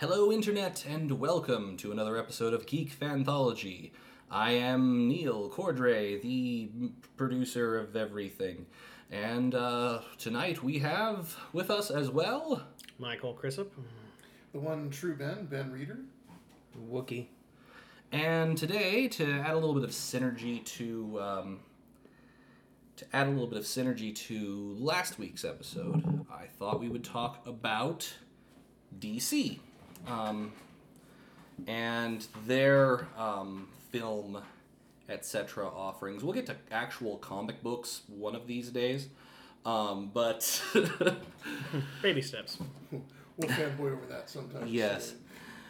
Hello, Internet, and welcome to another episode of Geek Fanthology. I am Neil Cordray, the producer of everything. And uh, tonight we have with us as well Michael Crisp. The one true Ben, Ben Reader. Wookie. And today, to add a little bit of synergy to um, to add a little bit of synergy to last week's episode, I thought we would talk about DC um, and their um, film, etc. offerings. We'll get to actual comic books one of these days, um, but Baby steps. We'll fanboy over that sometimes. Yes.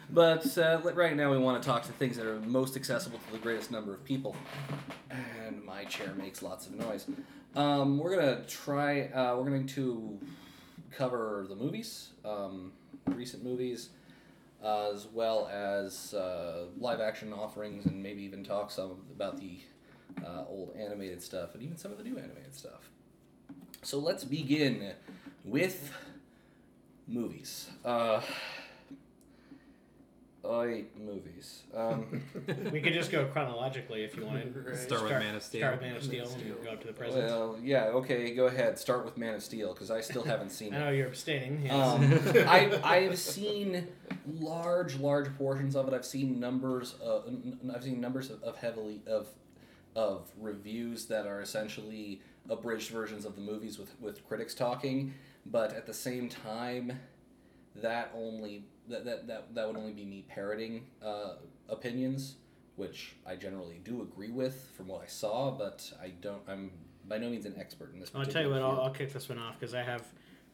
But uh, li- right now, we want to talk to things that are most accessible to the greatest number of people. And my chair makes lots of noise. Um, we're gonna try. Uh, we're going to cover the movies, um, recent movies, uh, as well as uh, live action offerings, and maybe even talk some about the uh, old animated stuff and even some of the new animated stuff. So let's begin with movies. Uh, I movies. Um, We could just go chronologically if you wanted. Right. Start with Man of Steel. Start with Man of Steel and go up to the present. well, yeah, okay, go ahead. Start with Man of Steel because I still haven't seen I it. know you're abstaining. Yes. Um, I I have seen large large portions of it. I've seen numbers. Uh, n- n- I've seen numbers of, of heavily of of reviews that are essentially abridged versions of the movies with with critics talking, but at the same time, that only that that that, that would only be me parroting uh, opinions, which I generally do agree with from what I saw, but I don't. I'm by no means an expert in this. I'll Particular tell you what, field. I'll, I'll kick this one off because I have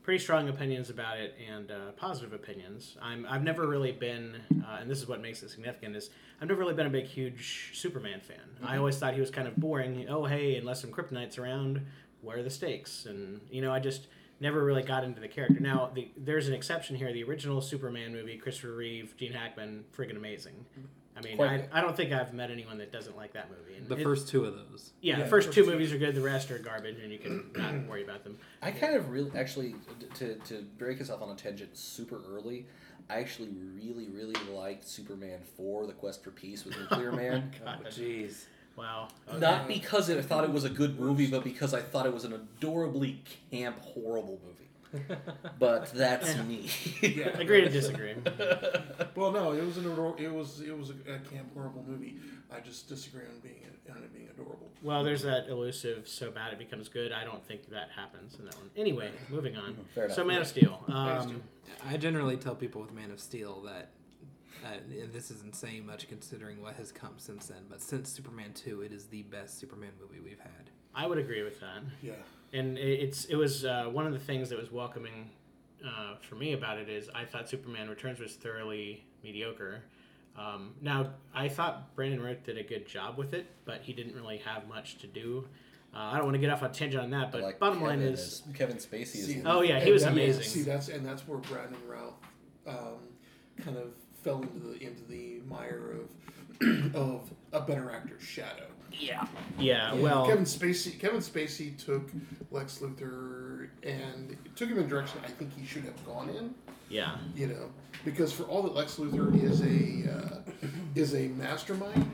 pretty strong opinions about it and uh, positive opinions. I'm, I've never really been, uh, and this is what makes it significant, is I've never really been a big, huge Superman fan. I Mm-hmm. always thought he was kind of boring. Oh, hey, unless some kryptonite's around, where are the stakes? And, you know, I just never really got into the character. Now, the, there's an exception here. The original Superman movie, Christopher Reeve, Gene Hackman, friggin' amazing. I mean, Quite I, good. I don't think I've met anyone that doesn't like that movie. And The it- first two of those. yeah, Yeah, the first first two two. movies are good. The rest are garbage, and you can not worry about them. I kind of really actually d- to to break us off on a tangent super early. I actually really really liked Superman four: The Quest for Peace with Nuclear Man. God. jeez. Wow. Not because it, I thought it was a good movie, but because I thought it was an adorably camp, horrible movie. But that's Yeah. me. Yeah. Agree to disagree. Well, no, it was an ador- it was it was a, a camp horrible movie. I just disagree on being on it being adorable. Well, there's that elusive "so bad it becomes good." I don't think that happens in that one. Anyway, moving on. Fair enough. So, Man of Steel. of Um, Steel. I generally tell people with Man of Steel that uh, and this isn't saying much considering what has come since then, but since Superman 2, it is the best Superman movie we've had. I would agree with that. Yeah. and it- it's it was uh, one of the things that was welcoming uh, for me about it is I thought Superman Returns was thoroughly mediocre. Um, now I thought Brandon Root did a good job with it, but he didn't really have much to do. Uh, I don't want to get off on a tangent on that, but Like bottom line Kevin is, Kevin Spacey is. See, oh yeah, he and was that- amazing. See, that's and that's where Brad and Ralph um, kind of fell into the into the mire of of a better actor's shadow. Yeah. Yeah. Yeah, Well. Kevin Spacey. Kevin Spacey took Lex Luthor and took him in a direction I think he should have gone in. Yeah. You know, because for all that Lex Luthor is a uh, is a mastermind,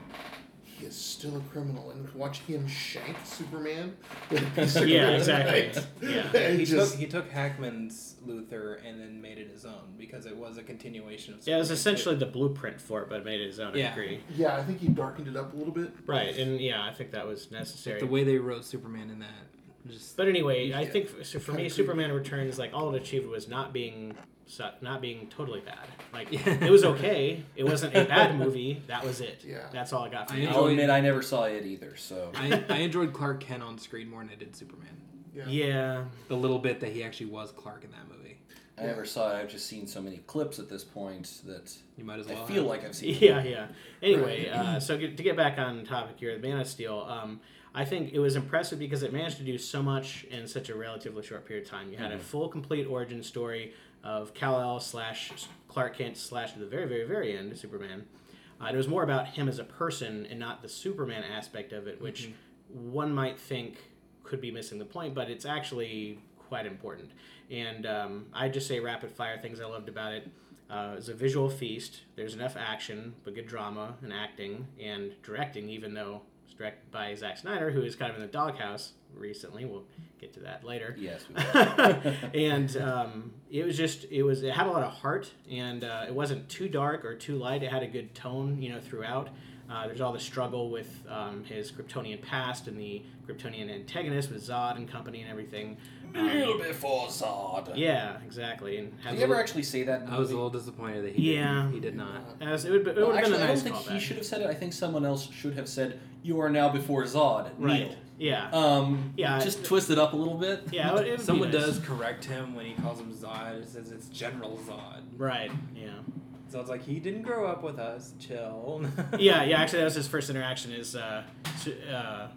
he is still a criminal. And watching him shank Superman with a piece of Yeah. kryptonite, Exactly. Yeah. and He just- took he took Hackman's Luther and then made it his own because it was a continuation of Yeah. It was Superman essentially the blueprint for it, but made it his own. I Yeah. agree. yeah, I think he darkened it up a little bit. Right. And yeah, I think that was 2. necessary. the way they wrote Superman in that just But anyway, I Yeah. think f- so. For Kinda me, creepy. Superman Returns, like all it achieved was not being su- not being totally bad. Like Yeah. it was okay. It wasn't a bad movie. That was it. Yeah. That's all I got from I it. I'll enjoyed- admit I never saw it either. So I, I enjoyed Clark Kent on screen more than I did Superman. Yeah. Yeah. The little bit that he actually was Clark in that movie. I never saw it. I've just seen so many clips at this point that You might as I well feel have. like I've seen. it. Yeah, yeah. Anyway, uh, so get, to get back on topic here, Man of Steel. Um, I think it was impressive because it managed to do so much in such a relatively short period of time. You had a full, complete origin story of Kal El slash Clark Kent slash the very, very, very end Superman. Uh, it was more about him as a person and not the Superman aspect of it, which one might think could be missing the point, but it's actually quite important. And um, I just say rapid fire things I loved about it. Uh, it's a visual feast. There's enough action, but good drama and acting and directing, even though it's directed by Zack Snyder, who is kind of in the doghouse recently. We'll get to that later. Yes. We will. and um, it was just it was it had a lot of heart and uh, it wasn't too dark or too light it had a good tone you know throughout uh, there's all the struggle with um, his kryptonian past and the kryptonian antagonist with zod and company and everything um, before Zod. yeah exactly and Did have he ever actually say that? In the I was a movie? little disappointed that he Yeah. didn't, he did not. as it would, it would Well, have actually, been a I don't nice think he callback. should have said it. I think someone else should have said, "You are now before Zod." right Kneel." yeah Um. Yeah, Just I- twist it up a little bit. yeah it would- it would be Someone nice. does correct him when he calls him Zod. It says it's General Zod. right yeah So it's like he didn't grow up with us. Chill. yeah, yeah. Actually, that was his first interaction. Is uh, su- uh,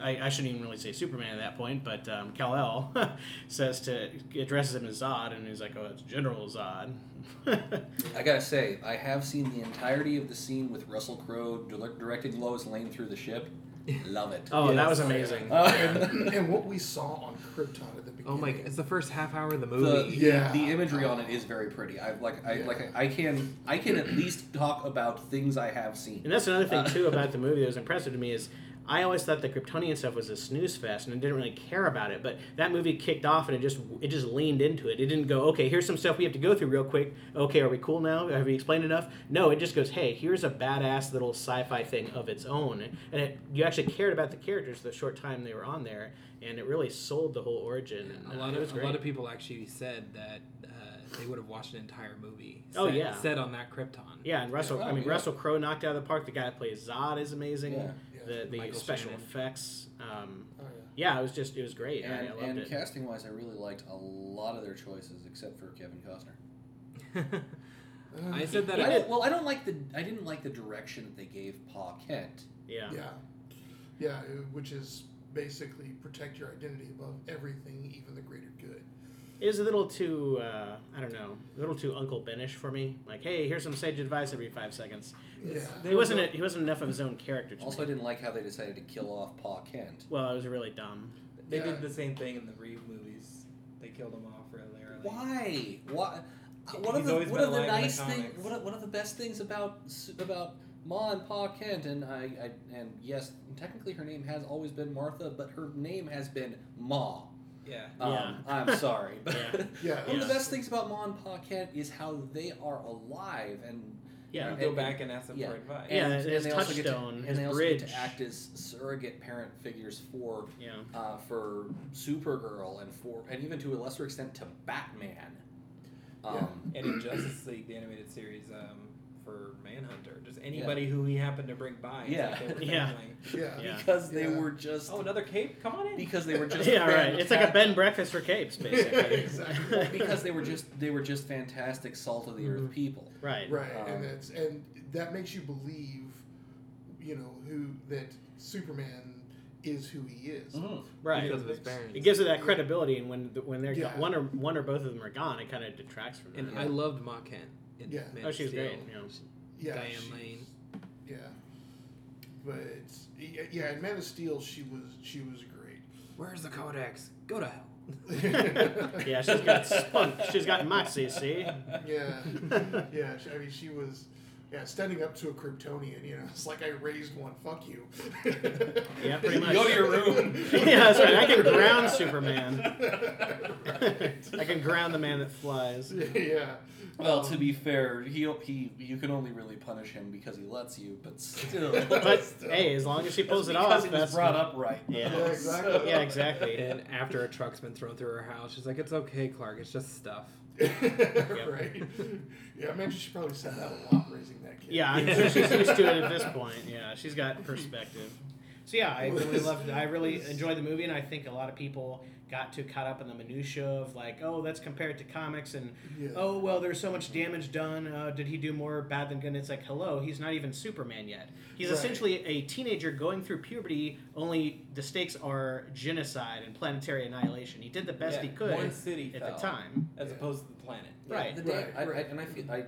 I, I shouldn't even really say Superman at that point, but um, Kal El says to addresses him as Zod, and he's like, "Oh, it's General Zod." I gotta say, I have seen the entirety of the scene with Russell Crowe dir- directing Lois Lane through the ship. Love it. oh, that Yes. was amazing. Uh, and, and what we saw on Krypton at the beginning. Oh my! It's the first half hour of the the, movie. Yeah. the imagery on it is very pretty. I like I Yeah. like I can I can at least talk about things I have And seen. that's another thing Uh, too about the movie that was impressive to me is I always thought the Kryptonian stuff was a snooze fest and I didn't really care about it. But that movie kicked off and it just it just leaned into it. It didn't go okay. Here's some stuff we have to go through real quick. Okay, are we cool now? Have we explained enough? No, it just goes hey, here's a badass little sci-fi thing of its own, and it, you actually cared about the characters the short time they were on there, and it really sold the whole origin. and, A uh, lot it was of a great. lot of people actually said that uh, they would have watched an entire movie. Oh, set- yeah. set on that Krypton. Yeah, and Russell. Yeah. I mean, Oh, yeah. Russell Crowe knocked it out of the park. The guy that plays Zod is amazing. Yeah, yeah. The, the Michael special Shannon. effects. Um, Oh, yeah. yeah, it was just it was great. I, And, I loved and it. casting wise, I really liked a lot of their choices except for Kevin Costner. Uh, I said that. I I did, well, I don't like the I didn't like the direction that they gave Pa Kent. yeah. Yeah. Yeah, uh, which is basically protect your identity above everything, even the greater good. it was a little too uh, I don't know, a little too Uncle Benish for me. Like, hey, here's some sage advice every five seconds. Yeah. He wasn't a, he wasn't enough of his own character. To Also, I me. didn't like how they decided to kill off Pa Kent. well, it was really dumb. They Yeah. did the same thing in the Reeve movies. They killed him off really early. Why? Why? One of He's the always one been of the alive in the nice thing, comics. one of, one of the best things about s- about Ma and Pa Kent, and I, I and yes, technically her name has always been Martha, but her name has been Ma. Yeah. Um, Yeah. I'm sorry, but Yeah. Yeah. one of Yeah. the best things about Ma and Pa Kent is how they are alive and Yeah. You go Uh, And- back and ask them yeah. for advice. Yeah, and, his and they also get to- touchstone, and his they also get bridge. to act as surrogate parent figures for Yeah. uh, for Supergirl and for and even to a lesser extent to Batman. Um, And in Justice League, the animated series, um, for Manhunter, just anybody who he happened to bring by. It's Yeah. Like they were Yeah. family. Yeah. Yeah. Because they Yeah. were just Oh, another cape? Come on in. because they were just Yeah, right. It's like a bed fantastic- and breakfast for capes, basically. Exactly. because they were just they were just fantastic salt of the Mm-hmm. earth people. right. Right, Um, and that's and that makes you believe, you know, who that Superman is who he is. Mhm. Mm-hmm. Right. because of his parents. It gives it that credibility, and when the- when they're go- Yeah. one or one or both of them are gone, it kind of detracts from and that. I loved Ma Kent. in Yeah. Man oh, of she was Steel. great. You know. Yeah, Diane she's- Lane. Yeah, but yeah, yeah, in Man of Steel, she was she was great. Where's the codex? Go to hell. Yeah, she's got spunk. She's got moxie. See. Yeah, yeah. she- I mean, she was. Yeah, standing up to a Kryptonian, you know, it's like I raised one. Fuck you. Yeah, pretty much. Go to your room. yeah, that's right. I can ground Superman. Right. I can ground the man that flies. yeah. Well, Um, to be fair, he he you can only really punish him because he lets you, but still. But hey, as long as she pulls it off, Because it was that's brought up right. Yeah. Yeah, exactly. Yeah, exactly. And after a truck's been thrown through her house, she's like, "It's okay, Clark. It's just stuff." right. Yeah, I imagine she probably said that a lot raising that kid. Yeah, I'm sure she's used to it at this point. Yeah, she's got perspective. So yeah, I really loved. I really enjoyed the movie, and I think a lot of people got too caught up in the minutia of like, oh, that's compared to comics, and Yeah. oh well, there's so much damage done. Uh, did he do more bad than good? And it's like, hello, he's not even Superman yet. He's Right. essentially a teenager going through puberty. Only the stakes are genocide and planetary annihilation. He did the best Yeah, he could One city at fell, the time. as Yeah. opposed to the planet. Right. The day, Right, I, I, right. and I feel I,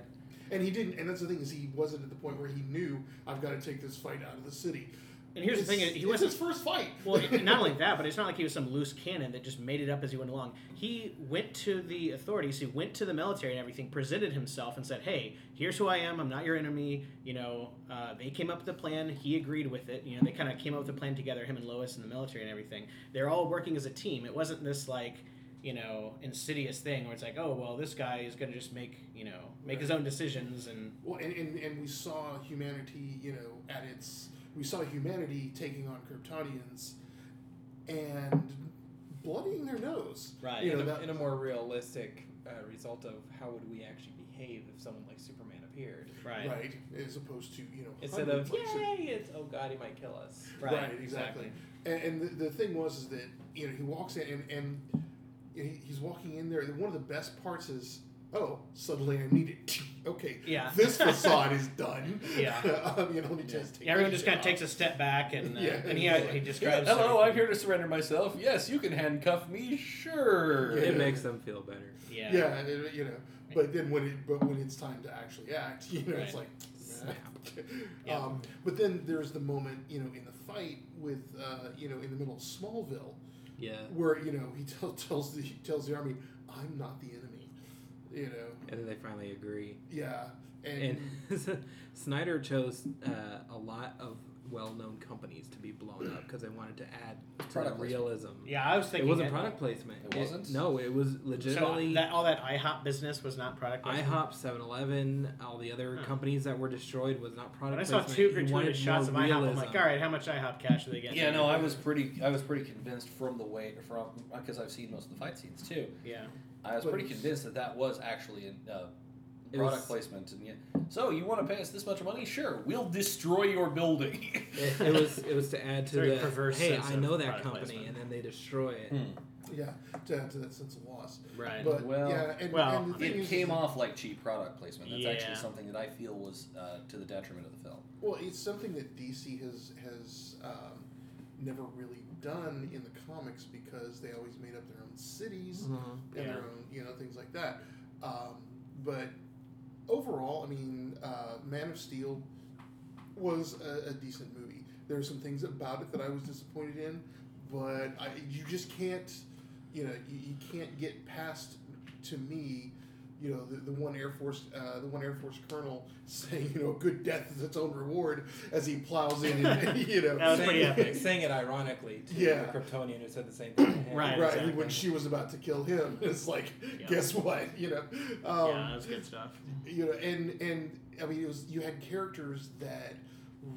And he didn't. And that's the thing is, he wasn't at the point where he knew I've got to take this fight out of the city. And here's the thing: It's- he it's wasn't his first fight. Well, it- not only that, but it's not like he was some loose cannon that just made it up as he went along. He went to the authorities, he went to the military and everything, presented himself and said, "Hey, here's who I am. I'm not your enemy." You know, uh, they came up with the plan. He agreed with it. You know, they kind of came up with the plan together, him and Lois and the military and everything. They're all working as a team. It wasn't this like you know insidious thing where it's like, "Oh, well, this guy is going to just make you know make his own decisions and." Well, and, and, and we saw humanity, you know, at its. We saw humanity taking on Kryptonians and bloodying their nose. Right. You in, know, a, that, in a more realistic uh, result of how would we actually behave if someone like Superman appeared Right. right. As opposed to, you know, instead of hundreds like- yay, it's oh god, he might kill us. Right, exactly. And, and the, the thing was is that you know he walks in and, and he, he's walking in there. and One of the best parts is oh suddenly I need it. okay, Yeah. this facade is done. Yeah. um, you know, he just Yeah, everyone just kind of off. takes a step back and uh, Yeah. and he, he describes. Hello, everything. I'm here to surrender myself. Yes, you can handcuff me. Sure. Yeah. It makes them feel better. Yeah. Yeah, and it- you know, but then when it but when it's time to actually act, you know, it's Right. like. Yeah. um, but then there's the moment you know in the fight with uh, you know in the middle of Smallville Yeah. where you know he tell, tells the he tells the army I'm not the enemy, you know And then they finally agree. yeah And Snyder chose uh, a lot of well-known companies to be blown up because they wanted to add to the Product placement. realism. Yeah, I was It thinking wasn't that- product placement. It wasn't? no, it was legitimately So uh, that all that IHOP business was not product. placement? IHOP, 7-Eleven, all the other Huh. companies that were destroyed was not When product I saw placement. two He wanted gratuitous shots of more IHOP, I'm realism. like, all right, how much IHOP cash do they get? Yeah, no, I was pretty. I was pretty convinced from the way from because I've seen most of the fight scenes too. Yeah. I was But pretty it's- convinced that that was actually a uh, It product was- placement. And yeah, so you want to pay us this much money? Sure, we'll destroy your building. It, it was it was to add to Very the perverse hey, sense I of know that product company, placement. and then they destroy it. Hmm. yeah to add to that sense of loss. Right. But Well- yeah, and, Well, and the I thing It is- came off like cheap product placement. That's actually Yeah. something that I feel was uh, to the detriment of the film. Well, it's something that DC has has um, never really done in the comics because they always made up their own Mm-hmm. cities Mm-hmm. and Yeah. their own you know things like that. Um, but overall, I mean, uh, Man of Steel was a, a decent movie. There are some things about it that I was disappointed in, but I, you just can't, you know, you, you can't get past to me. You know the, the one Air Force, uh, the one Air Force colonel saying, you know, good death is its own reward as he plows in. And, you know, That was saying, pretty epic. Saying it ironically to Yeah. the Kryptonian who said the same thing. to him. Right. right exactly. when she was about to kill him it's like Yeah. guess what you know um, yeah, that was good stuff. you know and and i mean it was you had characters that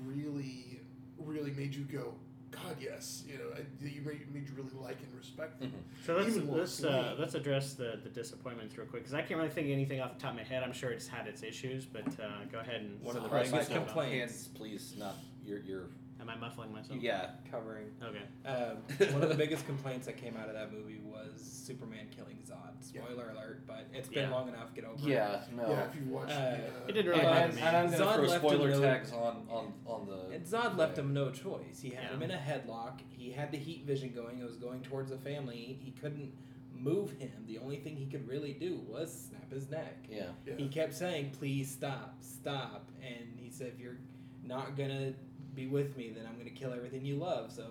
really really made you go god yes you know I, you made, made you really like and respect them So let's Even let's worse. uh, let's address the, the disappointments real quick because I can't really think of anything off the top of my head. I'm sure it's had its issues, but uh, go ahead and. One of the Sorry, biggest I messed up. complaints. Hands, please, not your your. Am I muffling myself? Yeah, Covering. Okay. Um, one of the biggest complaints that came out of that movie was Superman killing Zod. Spoiler alert, but it's been Yeah. long enough. Get over it. yeah, no. yeah if you watch Uh, It didn't really And, bother I'm- me. and I'm gonna Zod throw left a spoiler note. tags on on on the. And Zod left him no choice. He had Yeah. him in a headlock. He had the heat vision going. It was going towards the family. He couldn't move him. The only thing he could really do was snap his neck. Yeah. yeah. He kept saying, "Please stop, stop," and he said, "If you're not gonna be with me, then I'm gonna kill everything you love." So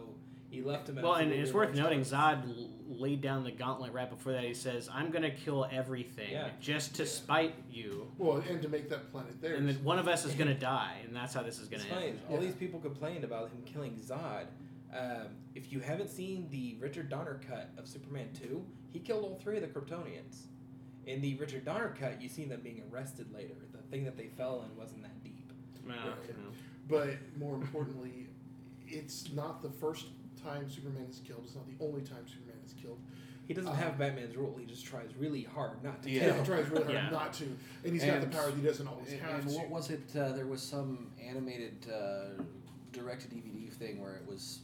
he left him. Well, and absolutely it's no worth noting choice. Zod l- laid down the gauntlet right before that. He says, "I'm gonna kill everything Yeah. just to Yeah. spite you, well and to make that planet theirs and then one of us is gonna die, and that's how this is gonna It's end." funny. All Yeah. these people complained about him killing Zod. Um, if you haven't seen the Richard Donner cut of Superman 2, he killed all three of the Kryptonians. In the Richard Donner cut, you see them being arrested later. The thing that they fell in wasn't that deep. Well, Right. you know. but more importantly it's not the first time superman is killed it's not the only time superman is killed He doesn't Uh, have Batman's rule. He just tries really hard not to Yeah. kill. he tries really hard Yeah. not to and he's got And- the power that he doesn't always And, have and to what was it? Uh, there was some animated uh, direct DVD thing where it was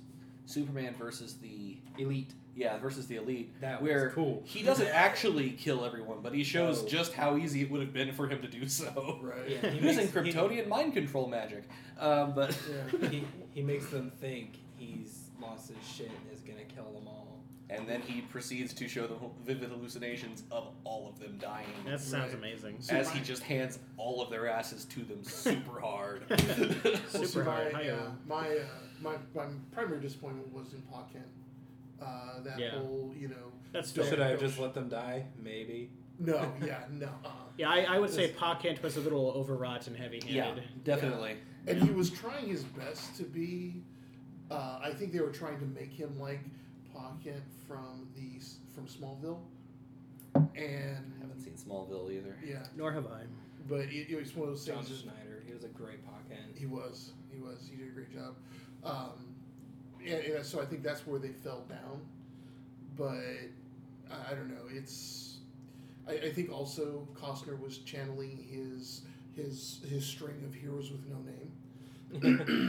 Superman versus the Elite. yeah versus the elite. That where was cool. he doesn't actually kill everyone, but he shows No. just how easy it would have been for him to do so. right Yeah, he Using makes- he- Kryptonian mind control magic, um, but Yeah. he, he makes them think he's lost his shit and is gonna kill them all. and then he proceeds to show the vivid hallucinations of all of them dying. That sounds Right. amazing. as he just hands all of their asses to them super hard. Well, Super so hard. My, Hi, uh, Owen. my, uh, my my primary disappointment was in Paw Kent. Uh, that Yeah. whole, you know, That's Don't- fair. Should I have just let them die? Maybe. no, yeah, no. Uh, Yeah, I, I would say Pa Kent was a little overwrought and heavy-handed. yeah, definitely. and he was trying his best to be. Uh, I think they were trying to make him like Paw Kent from the s- from Smallville, and I haven't seen Smallville either. yeah, Nor have I. but it, it was one of those John things. that- Schneider. He was a great pocket. He was. He was. He did a great job. Um, and, and so I think that's where they fell down. But I, I don't know. It's. I, I think also Costner was channeling his his his string of heroes with no name,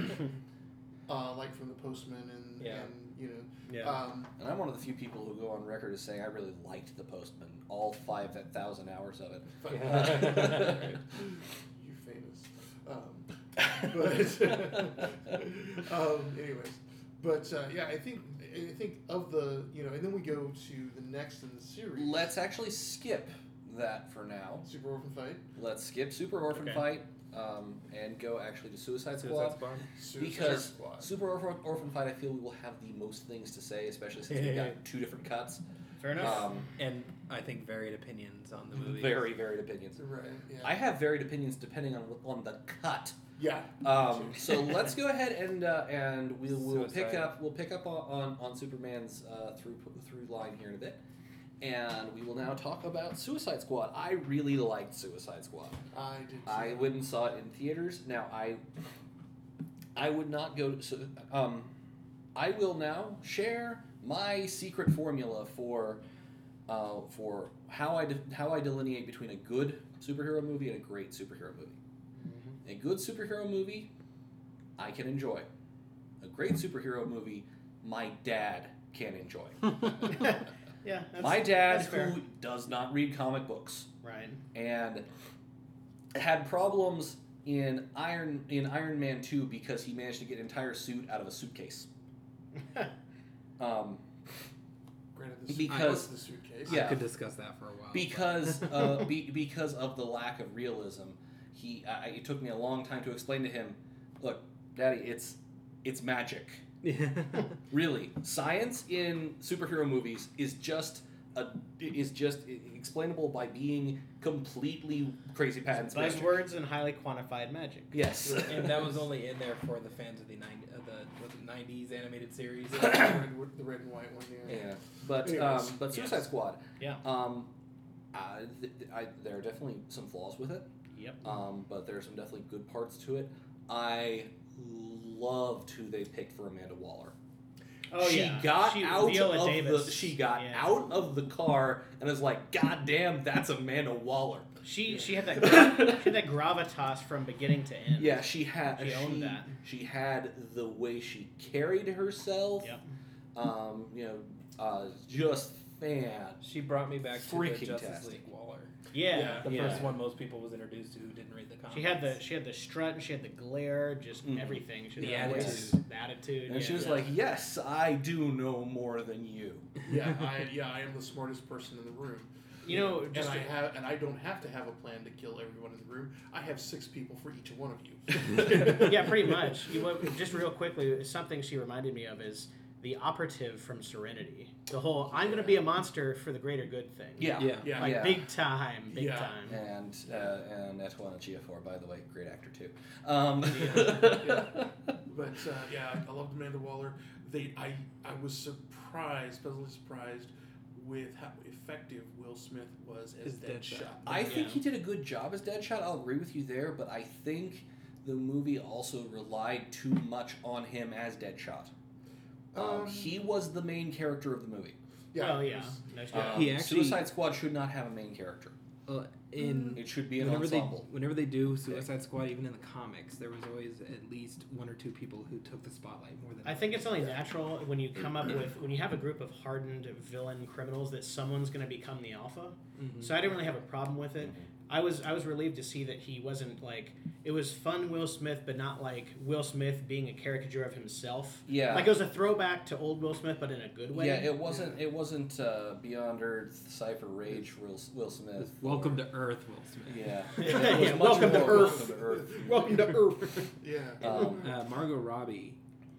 uh, like from the Postman and Yeah. and you know. Yeah. Um, And I'm one of the few people who go on record as saying I really liked The Postman, all five thousand hours of it. but- Yeah. You're famous. Um, but um, anyways, but uh, yeah, I think I think of the you know, and then we go to the next in the series. Let's actually skip that for now. Super Orphan Fight. Let's skip Super Orphan Okay. Fight um, and go actually to Suicide Squad. Suicide Squad. Suicide Because- Squad. Super Orphan, Orphan Fight, I feel we will have the most things to say, especially since we've got two different cuts. Fair enough. Um, And I think varied opinions on the movie. very varied opinions. Right. Yeah. I have varied opinions depending on on the cut. yeah. Um, so let's go ahead and uh, and we will pick Suicide. up we'll pick up on on, on Superman's uh, through through line here in a bit, and we will now talk about Suicide Squad. I really liked Suicide Squad. I did. too. I went and saw it in theaters. Now I I would not go to so, um I will now share my secret formula for uh, for how I de- how I delineate between a good superhero movie and a great superhero movie. Mm-hmm. A good superhero movie I can enjoy. A great superhero movie my dad can enjoy. Uh, yeah. That's, my dad that's fair. who does not read comic books Right. and had problems in Iron in Iron Man Two because he managed to get an entire suit out of a suitcase. Um, Granted, this because- the suitcase. yeah. I could discuss that for a Oh. while. but- because uh, be, because of the lack of realism, he I, it took me a long time to explain to him. Look, Daddy, it's it's magic. Yeah. Really, science in superhero movies is just a is just explainable by being completely crazy patents. Buzzwords and highly quantified magic. Yes, and that was only in there for the fans of the nine of the, of the '90s animated series. The red, the red and white one. Yeah. Yeah, but um, Anyways, but Suicide yes. Squad. Yeah. Um, I, th- I, there are definitely some flaws with it. Yep. Um, but there are some definitely good parts to it. I loved who they picked for Amanda Waller. Oh she yeah. got She- out Viola of Davis. the she got Yeah. out of the car and was like, "God damn, that's Amanda Waller." She she had that gra- she had that gravitas from beginning to end. Yeah, she had She owned that. She had the way she carried herself. Yep. Um, you know, uh, just fan. She brought me back to Freaking the Justice tastic. League Waller, Yeah. Yeah, the Yeah. first one most people was introduced to who didn't read the comics. She had the she had the strut, she had the glare, just Mhm. everything. She had The voice, attitude. the attitude. And yeah. she was like, "Yes, I do know more than you." yeah. I yeah. I am the smartest person in the room. you Oh, know, And just I to have, and I don't have to have a plan to kill everyone in the room. I have six people for each one of you. yeah, pretty much. You wa- just real quickly, something she reminded me of is the operative from Serenity. The whole "I'm going to be a monster for the greater good" thing. Yeah. yeah. Yeah. like Yeah. big time, big Yeah. time. And uh, and Antoine Giafor, by the way, great actor too. Um, Yeah. But uh, yeah, I loved Amanda Waller. They, I, I was surprised, pleasantly surprised, with how effective Will Smith was as As Deadshot. Deadshot. I think Yeah. he did a good job as Deadshot. I'll agree with you there, but I think the movie also relied too much on him as Deadshot. Um, Um, he was the main character of the movie. Yeah, oh it yeah, was- no Um, doubt. He actually- Suicide Squad should not have a main character. Well, in It should be an whenever ensemble. they whenever they do Suicide Squad, even in the comics, there was always at least one or two people who took the spotlight more than I think it's only natural when you come up with when you have a group of hardened villain criminals that someone's going to become the alpha. Mhm. Mm-hmm. So I didn't really have a problem with it. I was I was relieved to see that he wasn't like it was fun Will Smith, but not like Will Smith being a caricature of himself. Yeah. Like it was a throwback to old Will Smith, but in a good way. yeah, it wasn't. It wasn't uh, Beyond Earth, Cipher Rage, Will, Will Smith. Welcome to Earth, Will Smith. Yeah. Yeah, It was much welcome to more Earth. Welcome to Earth. Welcome to Earth. Yeah. Um, Uh, Margot Robbie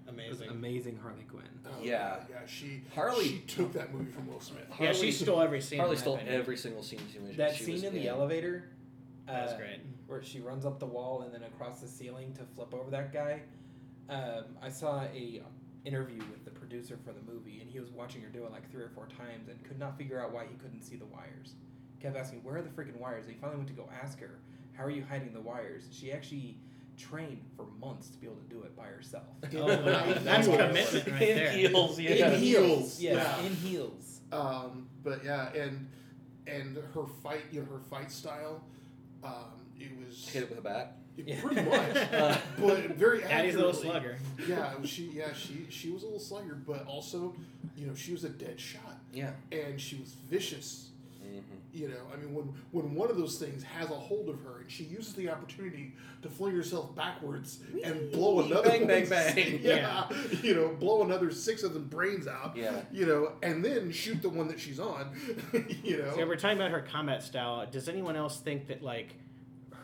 was Amazing. an amazing Harley Quinn. Oh, Yeah. Yeah. She Harley- She took that movie from Will Smith. yeah, Harley- she stole every scene. Harley in my stole opinion. every single scene she was. That she scene was in the in. elevator. That was uh, great. where she runs up the wall and then across the ceiling to flip over that guy. Um, I saw a interview with the producer for the movie, and he was watching her do it like three or four times and could not figure out why he couldn't see the wires. Kept asking, "Where are the freaking wires?" They finally went to go ask her, "How are you hiding the wires?" She actually trained for months to be able to do it by herself. Oh, wow. That's Heels. commitment right In there. heels, yeah. In heels, Heels, yes, yeah. in heels. Um, but yeah, and and her fight, you know, her fight style, um, it was Hit it with a bat. Yeah. pretty much, Uh, but very Daddy's a little slugger. accurately. Yeah, she yeah she she was a little slugger, but also, you know, she was a dead shot, Yeah. and she was vicious. Mm-hmm. You know, I mean, when when one of those things has a hold of her, and she uses the opportunity to fling herself backwards and blow another Bang, bang, one's- bang. yeah, you know, blow another six of them brains out, Yeah. you know, and then shoot the one that she's on, you know. So we're talking about her combat style. Does anyone else think that like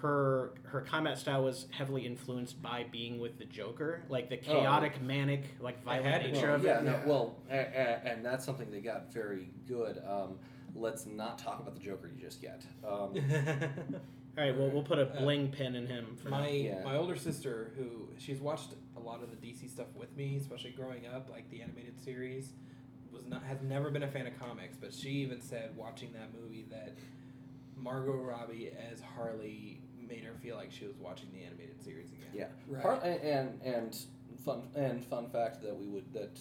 her her combat style was heavily influenced by being with the Joker, like the chaotic, manic, like Oh. had violent to be. nature Well, of yeah, it? no, Yeah. well, a- a- and that's something that got very good. Um, let's not talk about the Joker just yet. Um, All right, well we'll put a Uh, bling pin in him. For my now. Yeah. my older sister who she's watched a lot of the DC stuff with me, especially growing up, like the animated series, was not has never been a fan of comics, but she even said watching that movie that Margot Robbie as Harley made her feel like she was watching the animated series again. Yeah. Right. Part, and and fun and fun fact that we would that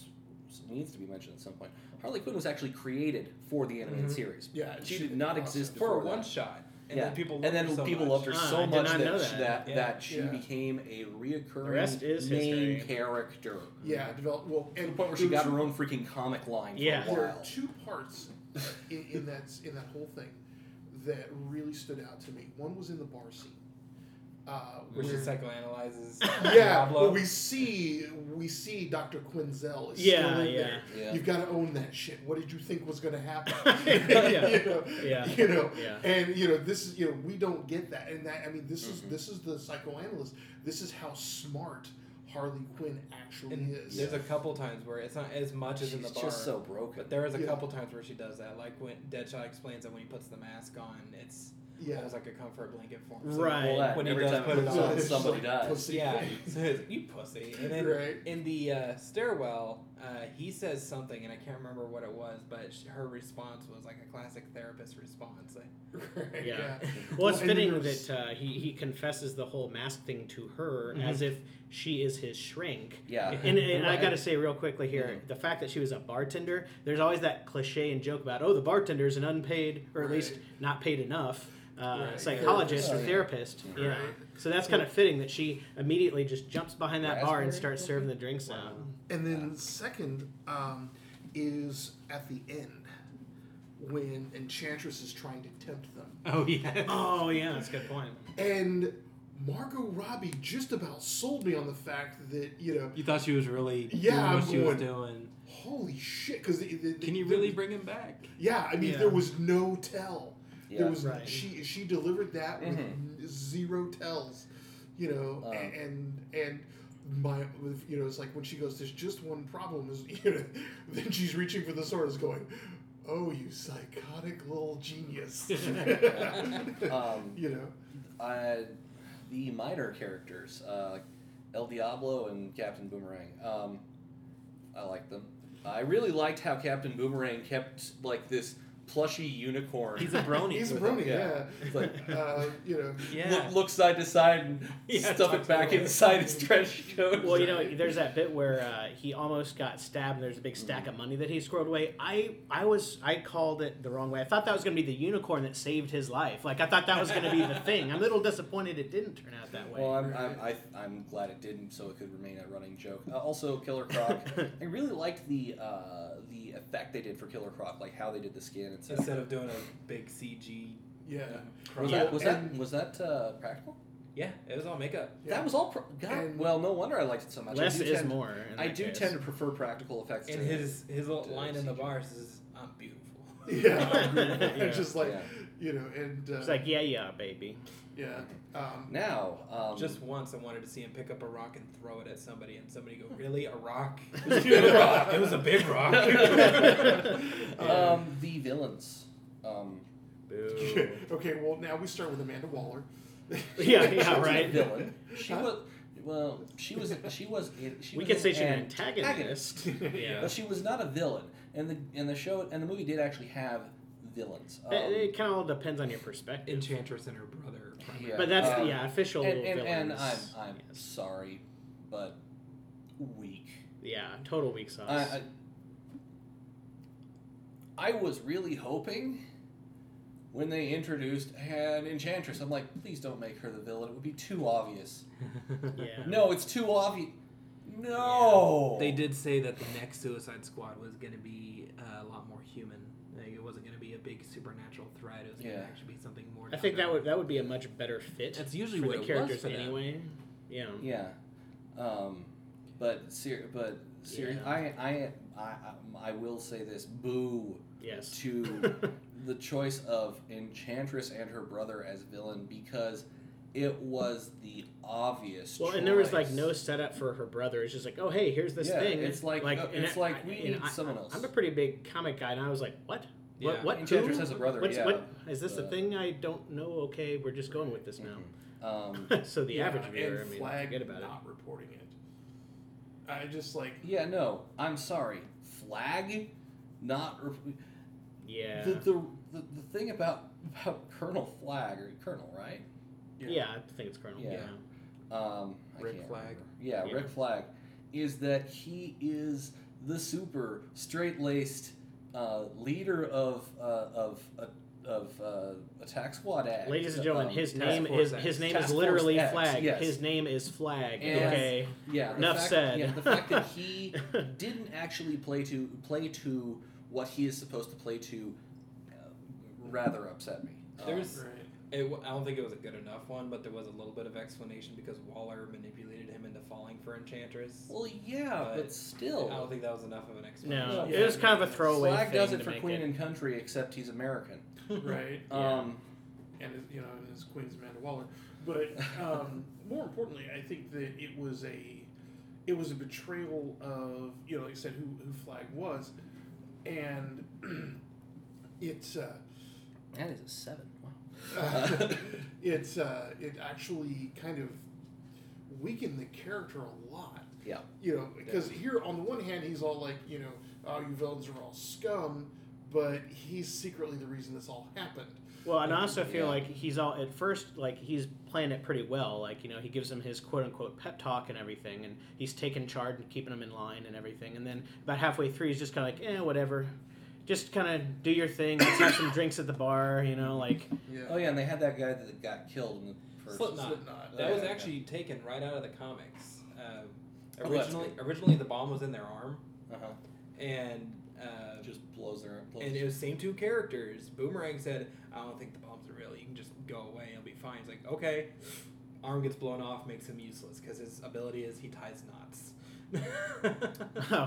needs to be mentioned at some point. Harley Quinn was actually created for the animated Mhm. series. yeah, She did not exist For a Before that. one shot. And Yeah. then people loved And then her so people much. loved her Ah, so I did much not that, know she- that. that, Yeah. she Yeah. became a reoccurring The rest is main history. character. Yeah, develop well, To and the point where she there got was- her own freaking comic line for Yeah. a There are while. two parts in, in that in that whole thing that really stood out to me. One was in the bar scene, uh, Where she where- psychoanalyzes yeah, Diablo. well, we see we see Doctor Quinzel. Is Yeah, still in yeah. There. Yeah. You've got to own that shit. What did you think was going to happen? Yeah. you know, Yeah. you know, Yeah. and you know this is you know we don't get that, and that I mean this Mhm. is this is the psychoanalyst. This is how smart Harley Quinn actually And is. there's a couple times where it's not as much as in the She's bar. just so broken. But there is a Yeah. couple times where she does that, like when Deadshot explains that when he puts the mask on, it's yeah. almost like a comfort blanket for him. So Right. Well, that, When he every does time put it it comes on, on, it's somebody like dies. pussy. Yeah, so it's, you pussy. And then right. in the uh, stairwell, uh, he says something, and I can't remember what it was, but sh- her response was like a classic therapist response. Like, Right, Yeah. yeah. Well, it's and fitting there's- that uh, he he confesses the whole mask thing to her Mhm. as if she is his shrink. Yeah. And, and I Right. got to say real quickly here, Mm-hmm. the fact that she was a bartender, there's always that cliche and joke about, oh, the bartender is an unpaid, or at least Right. not paid enough, uh, Right. psychologist or Therapist. therapist. Right. Yeah. So that's kind of fitting that she immediately just jumps behind that bar and Raspberry starts something? serving the drinks out. And then second um, is at the end when Enchantress is trying to tempt them, Oh yeah. Oh, yeah, that's a good point. and Margot Robbie just about sold me on the fact that you know, You thought she was really Yeah, doing what I'm she was going- doing. holy shit! Because Can you really bring him back? Yeah, I mean, Yeah. there was no tell. Yeah. There was Right. she she delivered that with Mhm. n- zero tells, you know, Um. and and my you know it's like when she goes, there's just one problem is you know, then she's reaching for the sword, is going, oh you psychotic little genius, Um, you know, uh, the minor characters, uh, El Diablo and Captain Boomerang. Um, I liked them. I really liked how Captain Boomerang kept like this plushy unicorn. He's a brony. he's a with him, brony, yeah, It's like, uh, you know, look, look side to side and Yeah, stuff it talks back about it. inside his trench coat. Well, you know, there's that bit where uh, he almost got stabbed, and there's a big stack of money that he squirreled away. I, I was, I called it the wrong way. I thought that was going to be the unicorn that saved his life. Like I thought that was going to be the thing. I'm a little disappointed it didn't turn out that way. Well, I'm, I'm, I, I'm glad it didn't, so it could remain a running joke. Uh, also, Killer Croc. I really liked the uh, the effect they did for Killer Croc, like how they did the skin and stuff. instead of doing a big uh, CG Yeah. Was Yeah. that was that was that uh, practical? Yeah, it was all makeup. Yeah. That was all. Pro- God, And- well, no wonder I liked it so much. Less I do is tend, more. in I that do case. tend to prefer practical effects. And to his his little Dude, line in the CGI. bar says, "I'm beautiful." Yeah. I agree with that. Yeah. It's just like Yeah. you know, and uh, It's like yeah, yeah, baby. yeah. Um, now. Um, Just once, I wanted to see him pick up a rock and throw it at somebody, and somebody go, "Really, a rock?" It was a big rock. It was a big rock. um, the villains. Um, Boo. okay. Well, now we start with Amanda Waller. Yeah, she yeah, was a right. Villain. She Huh? was. Well, she was. She was. a- She we was could say she's an an antagonist. yeah. But she was not a villain, and the and the show and the movie did actually have villains. Um, it it kind of all depends on your perspective. Enchantress and her brother. yeah, But that's um, the yeah, official And, and, and I'm villains. I'm Yes. sorry, but weak. Yeah, total weak sauce. I, I, I was really hoping when they introduced an enchantress. I'm like, please don't make her the villain. It would be too obvious. yeah. No, it's too obvious. No. They did say that the next Suicide Squad was going to be uh, a lot more human. Like, it wasn't going to be a big supernatural threat. It was going Yeah. to actually be something more. I think that down would that would be a much better fit. That's usually for what it the was characters for them. anyway. Yeah. Yeah. Um, but ser- but ser- Yeah. I, I I I will say this. Boo Yes. to the choice of Enchantress and her brother as villain because it was the obvious. well, and there was like choice. no setup for her brother. It's just like, oh hey, here's this Yeah, thing. it's like- uh, and it's I- like, I- we and need I- someone else. I'm a pretty big comic guy, and I was like, what? Yeah. What? What? Enchantress who? has a brother, What's, yeah, Uh, What is this the but- thing? I don't know. Okay, we're just going with this now. Um, so the Yeah, average viewer, and I mean, Flag forget about not reporting it. I just like yeah, no, I'm sorry. Flag, not re- it. Yeah. the, the the the thing about about Colonel Flag or Colonel, right? yeah. I think it's Colonel. Yeah. Yeah. Um, I Rick can't Flag. remember. Yeah, Yeah. Rick Flag, is that he is the super straight laced uh, leader of uh, of uh, of uh, attack squad. Act, Ladies and gentlemen, um, his yeah. name Force is X. his name Task is Force literally X, Flag. yes. His name is Flag. Yes. Okay. Yeah, the Enough fact, said. Yeah, the fact that he didn't actually play to play to what he is supposed to play to uh, rather upset me. Um, There's- right. It, w- I don't think it was a good enough one, but there was a little bit of explanation because Waller manipulated him into falling for Enchantress. well, yeah, but, But I don't still, think that was enough of an explanation. No, Yeah. it was kind of a throwaway Flag thing does it to for make Queen it. and Country, except he's American. right. Yeah. Um, and it's, you know, and it's Queen's Amanda Waller. But um, more importantly, I think that it was a it was a betrayal of you know, like I said, who who Flag was, and it's uh, that is a seven. Wow. it's uh, it actually kind of weakened the character a lot. Yeah. You know, because here on the one hand, he's all like, you know, oh, you villains are all scum, but he's secretly the reason this all happened. Well, and I also feel Yeah. like he's all at first like he's playing it pretty well. Like you know, he gives him his quote unquote pep talk and everything, and he's taking charge and keeping him in line and everything. And then about halfway through, he's just kind of like, eh, whatever. Just kind of do your thing. Let's have some drinks at the bar, you know. Like, Oh yeah, and they had that guy that got killed in the first. Slipknot. Slipknot. That Yeah, was yeah. actually taken right out of the comics. Uh, that's originally, originally the bomb was in their arm, Uh-huh. and uh, Just blows their. Blows and it was same two characters. Boomerang said, "I don't think the bombs are real. You can just go away. It'll be fine." It's like, okay. Arm gets blown off, makes him useless because his ability is he ties knots.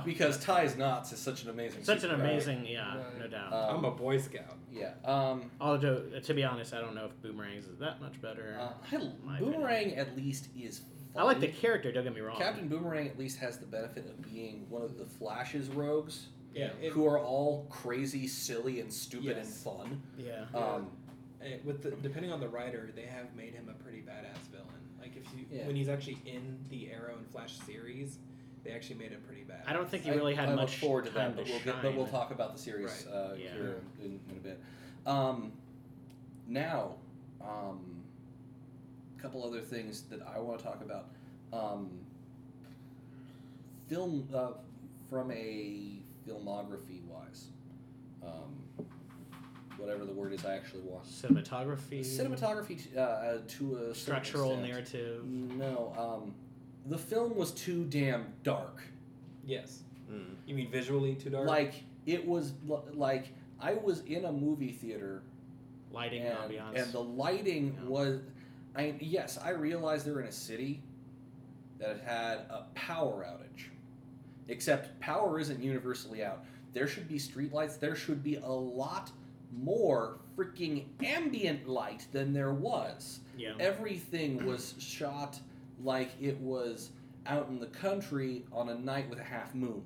because ties knots is such an amazing. oh, such an superpower. amazing, yeah, Right. no doubt. Um, I'm a Boy Scout. yeah. Um. Although, to be honest, I don't know if boomerangs is that much better. Uh, I, My Boomerang at least is. I like the fun. character. Don't get me wrong. Captain Boomerang at least has the benefit of being one of the Flash's rogues, Yeah, it- who are all crazy, silly, and stupid and Yes. fun. Yeah. Um, it- Eh, with the, depending on the writer, they have made him a pretty badass villain. Like if you Yeah. when he's actually in the Arrow and Flash series, they actually made him pretty badass. I don't think he I- really had I much look forward to time that, but to we'll shine. get, but we'll talk about the series Right. uh, Yeah. here in, in a bit. Um, now, um, a couple other things that I want to talk about. Um, film uh, from a filmography wise, um, whatever the word is, I actually want Cinematography. cinematography t- uh, uh, to a certain Structural extent. narrative. No, um, the film was too damn dark. Yes, Mm. you mean visually too dark? Like it was l- like I was in a movie theater lighting and, and, ambiance. and the lighting Yeah. was, I yes, I realized they were in a city that had had a power outage. Except power isn't universally out. There should be streetlights. There should be a lot more freaking ambient light than there was. yeah. Everything was shot like it was out in the country on a night with a half moon.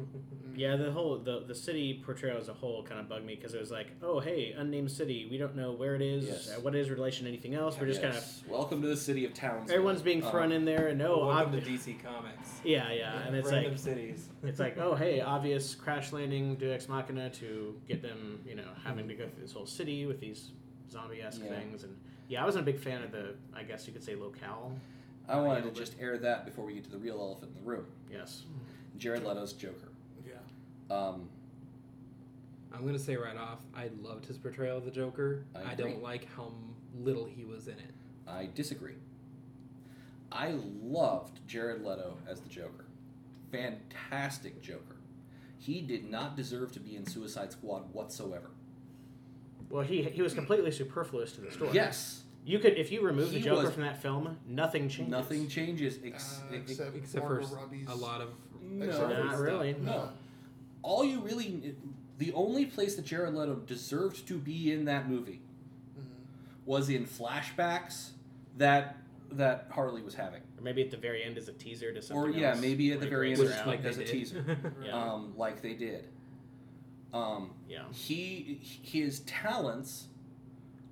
Mm-hmm. Yeah, the whole the the city portrayal as a whole kind of bugged me because it was like, oh hey, unnamed city, we don't know where it is, Yes. uh, what is relation to anything else. We're just kind of Yes. Uh, welcome to the city of Um, towns. everyone's being thrown in there, and oh, welcome ob- to DC Comics. yeah, yeah, and it's Random like cities. it's like oh hey, obvious crash landing to Ex Machina to get them, you know, having to go through this whole city with these zombie esque Mm-hmm. Yeah. things, and yeah, I wasn't a big fan of the, I guess you could say locale. I wanted to just air that before we get to the real elephant in the room. Yes, Jared Leto's Joker. Yeah. Um, I'm gonna say right off, I loved his portrayal of the Joker. I I, agree. don't like how m- little he was in it. I disagree. I loved Jared Leto as the Joker. Fantastic Joker. He did not deserve to be in Suicide Squad whatsoever. well he he was completely superfluous to the story. Yes, you could if you remove the He Joker was- from that film, nothing changes. nothing changes ex- Uh, ex- except Except for Margot s- Robbie's a lot of no. except for Not the- really. No. All you really, the only place that Jared Leto deserved to be in that movie Mhm. was in flashbacks that that Harley was having. Or maybe at the very end as a teaser to something. yeah, else, maybe at where the he very breaks end her it's out. like- as a they did. teaser. Yeah. um, like they did. Um, Yeah. he his talents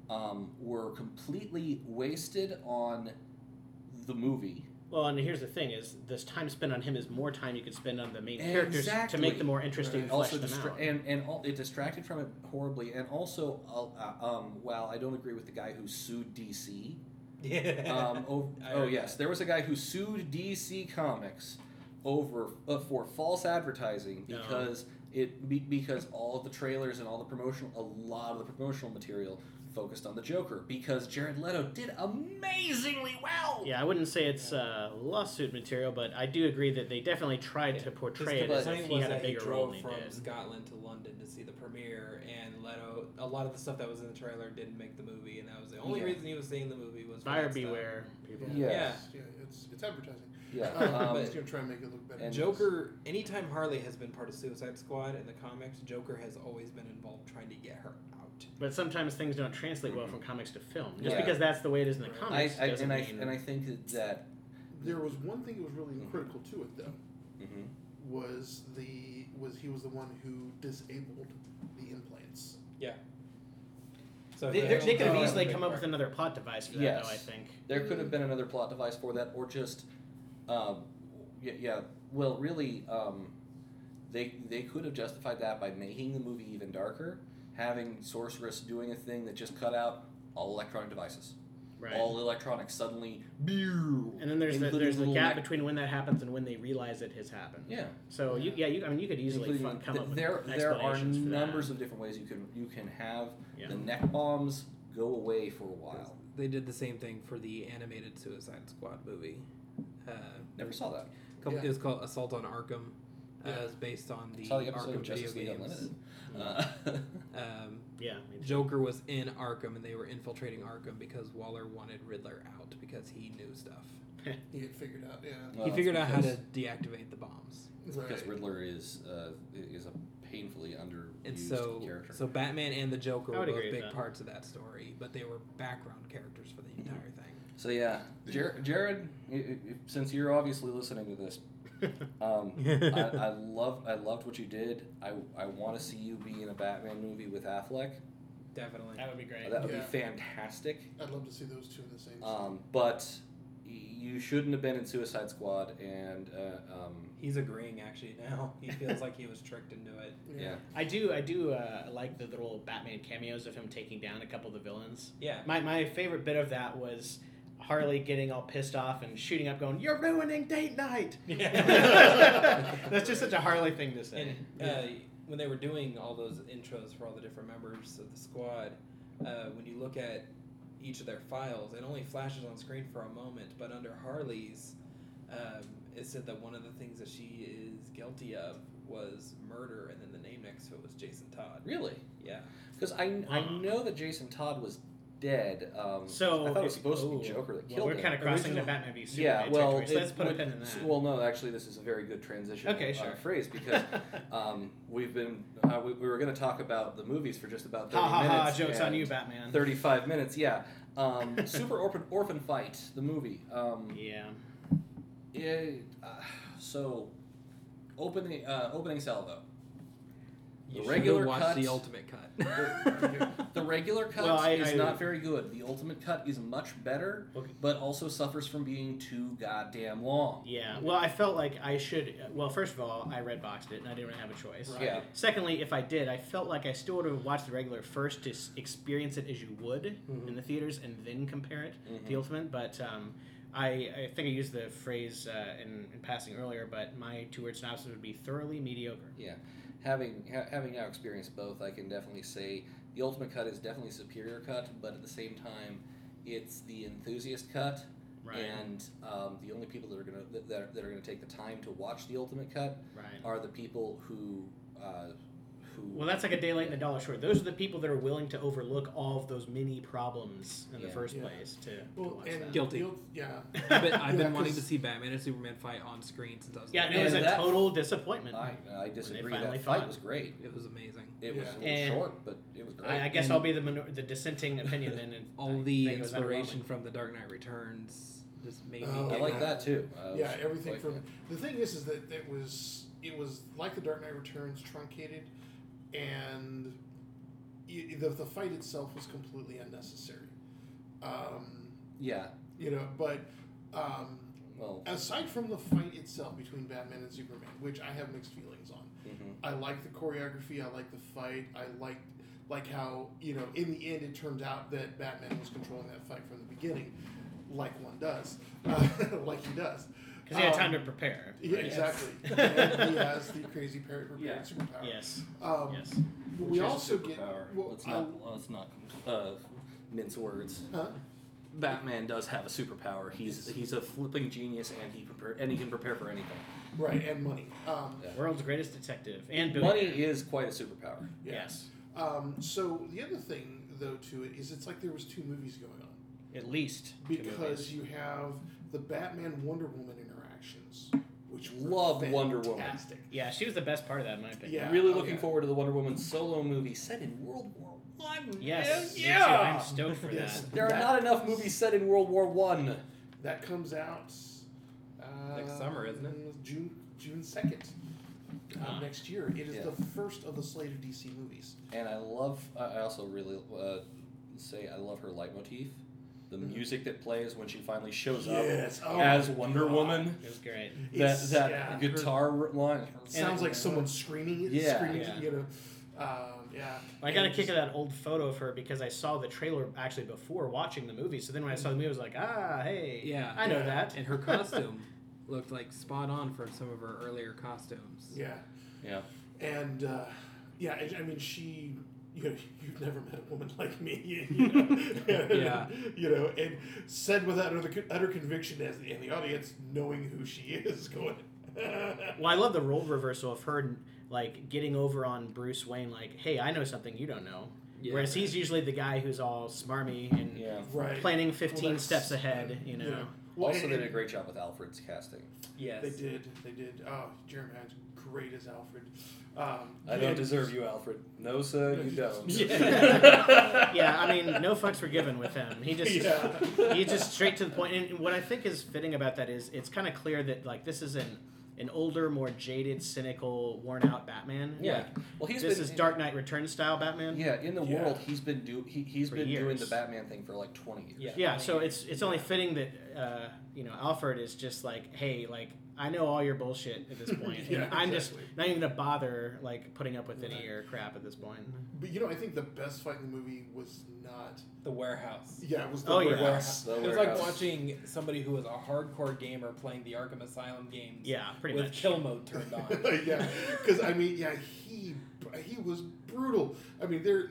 um, were completely wasted on the movie. Well, and here's the thing: is this time spent on him is more time you could spend on the main characters to Exactly. make them more interesting, It and flesh also them distra- out. and and all, it distracted from it horribly. And also, uh, um, while I don't agree with the guy who sued DC, Yeah. um, oh, I oh heard yes, that. there was a guy who sued DC Comics over uh, for false advertising No. because it be, because all the trailers and all the promotional a lot of the promotional material focused on the Joker because Jared Leto did amazingly well. yeah, I wouldn't say it's uh, lawsuit material, but I do agree that they definitely tried to His portray it as complaint if he was had a that he bigger role drove than he from did. Scotland to London to see the premiere, and Leto. A lot of the stuff that was in the trailer didn't make the movie, and that was the only Yeah. reason he was seeing the movie was for Buyer that stuff. beware, people. Yeah. Yes. Yeah, it's it's advertising. Yeah. Um, Um, But- it's gonna try and make it look better. and- Joker. Anytime Harley has been part of Suicide Squad in the comics, Joker has always been involved trying to get her out. But sometimes things don't translate well from comics to film. Just Mm-hmm. Yeah. because that's the way it is in the Right. I, comics I, doesn't and I mean. and I think that, that there was one thing that was really Mhm. critical to it though. Was the was he was the one who disabled the implants? So they, he they- had they a could have big easily part. come up with another plot device for that, Yes. though. I think. there could have been another plot device for that, or just, um, yeah, yeah. Well, really, um, they they could have justified that by making the movie even darker, having Sorceress doing a thing that just cut out all electronic devices, Right. all electronics suddenly. Pew, and then there's the, including there's the little gap nec- between when that happens and when they realize it has happened. yeah, So you, yeah, you, I mean, you could easily including- fun, come up with there there are explanations for that. numbers of different ways you can you can have Yeah. the neck bombs go away for a while. They did the same thing for the animated Suicide Squad movie. Uh, Never saw that. couple, Yeah. It was called Assault on Arkham. Uh, Yeah. it was based on the saw the episode of Arkham video Justice League games. Unlimited. Uh, Um, Yeah. I mean, Joker was in Arkham, and they were infiltrating Arkham because Waller wanted Riddler out because he knew stuff. He had figured out, yeah. well, he it's figured out how because- to deactivate the bombs. because Right. Riddler is uh, is a painfully underused And so, character. so Batman and the Joker I were would both agree with big that. parts of that story, but they were background characters for the entire thing. So yeah, Jer- Jared, i- i- since you're obviously listening to this, um, I, I love I loved what you did. I, I want to see you be in a Batman movie with Affleck. Definitely. that would be great. That would Yeah. be fantastic. I'd love to see those two in the same. Um, but y- you shouldn't have been in Suicide Squad. And uh, um, He's agreeing actually now. He feels like he was tricked into it. yeah, I do, I do uh, like the little Batman cameos of him taking down a couple of the villains. Yeah. My my favorite bit of that was Harley getting all pissed off and shooting up, going, "You're ruining date night." That's just such a Harley thing to say. And uh, when they were doing all those intros for all the different members of the squad, uh, when you look at each of their files, it only flashes on screen for a moment. But under Harley's, um, it said that one of the things that she is guilty of was murder, and then the name next to it was Jason Todd. Really? Yeah. Because I, I Huh. know that Jason Todd was dead. Um, So I thought it if- was supposed to ooh. be Joker that Well, killed we're him. kind of crossing the Original- Batman v yeah, Superman well, territory, so it let's put a would- pin in s- that. Well, no, actually, this is a very good transition Okay, uh, sure. phrase because um, we've been uh, we, we were going to talk about the movies for just about ha thirty ha ha! minutes. Jokes on and you, Batman. Thirty-five minutes, yeah. Um, Super Orphan Orphan Fight, the movie. Um, Yeah. it, uh, so opening uh, opening salvo. The You should- regular watch cut. the ultimate cut. The- The regular cut Well, I- is I- not very good. The ultimate cut is much better, Okay. but also suffers from being too goddamn long. Yeah. Well, I felt like I should. Well, first of all, I red boxed it, and I didn't have a choice. Right. Yeah, Secondly, if I did, I felt like I still would have watched the regular first to s- experience it as you would Mm-hmm. in the theaters and then compare it to the ultimate. But um, I, I think I used the phrase uh, in, in passing earlier, but my two word synopsis would be thoroughly mediocre. having ha- having now experienced both, I can definitely say the ultimate cut is definitely a superior cut, but at the same time, it's the enthusiast cut, Right. and um, the only people that are gonna that, that are, that are gonna take the time to watch the ultimate cut Right. are the people who uh, who Well, that's like a day late and a dollar short. Those are the people that are willing to overlook all of those many problems in Yeah. the first Yeah. place to, to Well, watch and Guilty. guilt- yeah. that. I've been, I've been Yeah, wanting 'cause- to see Batman and Superman fight on screen since I was. yeah, a and kid. it was And a that- total disappointment. I, I, I disagree. finally That fight fought. was great. It was amazing. It was a Yeah. little And- short, but it was great. I guess And- I'll be the minor- the dissenting opinion then. And All I the think it was inspiration from The Dark Knight Returns just made Oh, me. I get like it. that too. Uh, yeah, everything like from that. the thing is, is that it was it was like the Dark Knight Returns truncated, and y the the fight itself was completely unnecessary. Um, yeah. you know, but um, Well, aside from the fight itself between Batman and Superman, which I have mixed feelings on, mhm. I like the choreography. I like the fight. I like like how you know in the end it turned out that Batman was controlling that fight from the beginning, like one does, uh, like he does. because he had Um, time to prepare. Yeah, right? exactly. Yes. and he has the crazy parrot prepared Yeah. superpower. yes. Um, Yes. but Which We is a also get superpower. well, let's not let's not uh, mince words. I- huh? Batman does have a superpower. He's he's a flipping genius, and he prepare and he can prepare for anything. right and money. Um, World's greatest detective and Money billionaire. is quite a superpower. yeah. Yes. Um, so the other thing though to it is it's like there was two movies going on. At least two because movies. you have the Batman Wonder Woman interactions, which were Love Wonder Woman. fantastic. yeah, she was the best part of that in my opinion. Yeah, really oh, looking yeah. forward to the Wonder Woman solo movie set in World War One. Yes. me too. yeah. I'm stoked for Yes. that. There are not enough movies set in World War One. That comes out uh, Next summer, isn't it? June June second. Uh, Ah. next year, it is Yeah. the first of the slate of DC movies. And I love. I I also really uh, say I love her leitmotif, the music that plays when she finally shows Mm-hmm. Oh up as my Wonder God. Woman. It was great. That It's- that yeah. guitar line. sounds like someone screaming. it- Yeah. screaming, Yeah. you know. Um, yeah, I got a And kick of that old photo of her because I saw the trailer actually before watching the movie. So then when I saw the movie, I was like, ah, hey, Yeah. I know Yeah. that. And her costume looked like spot on for some of her earlier costumes. Yeah, Yeah. and uh, yeah, I, I mean, she. You know, you've never met a woman like me. You know, Yeah. you know, and said with utter, utter conviction as in the audience knowing who she is, going. well, I love the role reversal of her like getting over on Bruce Wayne, like, hey, I know something you don't know. Yeah. Whereas he's usually the guy who's all smarmy and Yeah. right. planning 15 that's- steps ahead, you know. Yeah. Well, Also, and- they and did a great job with Alfred's casting. Yes. They did. They did. Oh, Jeremy Irons, great as Alfred. Um, I don't and- deserve you, Alfred. No, sir, you don't. Yeah. yeah, I mean, no fucks were given with him. He just Yeah. he just straight to the point. And what I think is fitting about that is it's kind of clear that like this is an an older, more jaded, cynical, worn out Batman. Yeah. Like, Well, he's this been, is Dark Knight Returns style Batman. Yeah, in the Yeah. world, he's been do he, he's For been doing years. the Batman thing for like twenty years. Yeah. Yeah, so it's it's only fitting that uh, you know Alfred is just like, hey, like I know all your bullshit at this point, Yeah, and I'm just exactly. not even gonna bother like putting up with any Right. of Mm-hmm. your crap at this point. But you know, I think the best fight in the movie was not. The warehouse. Yeah, it was the Oh, yeah. warehouse. The It was like warehouse. watching somebody who was a hardcore gamer playing the Arkham Asylum games Yeah, pretty with much. kill mode turned on. yeah, because I mean, yeah, he he was brutal. I mean, they're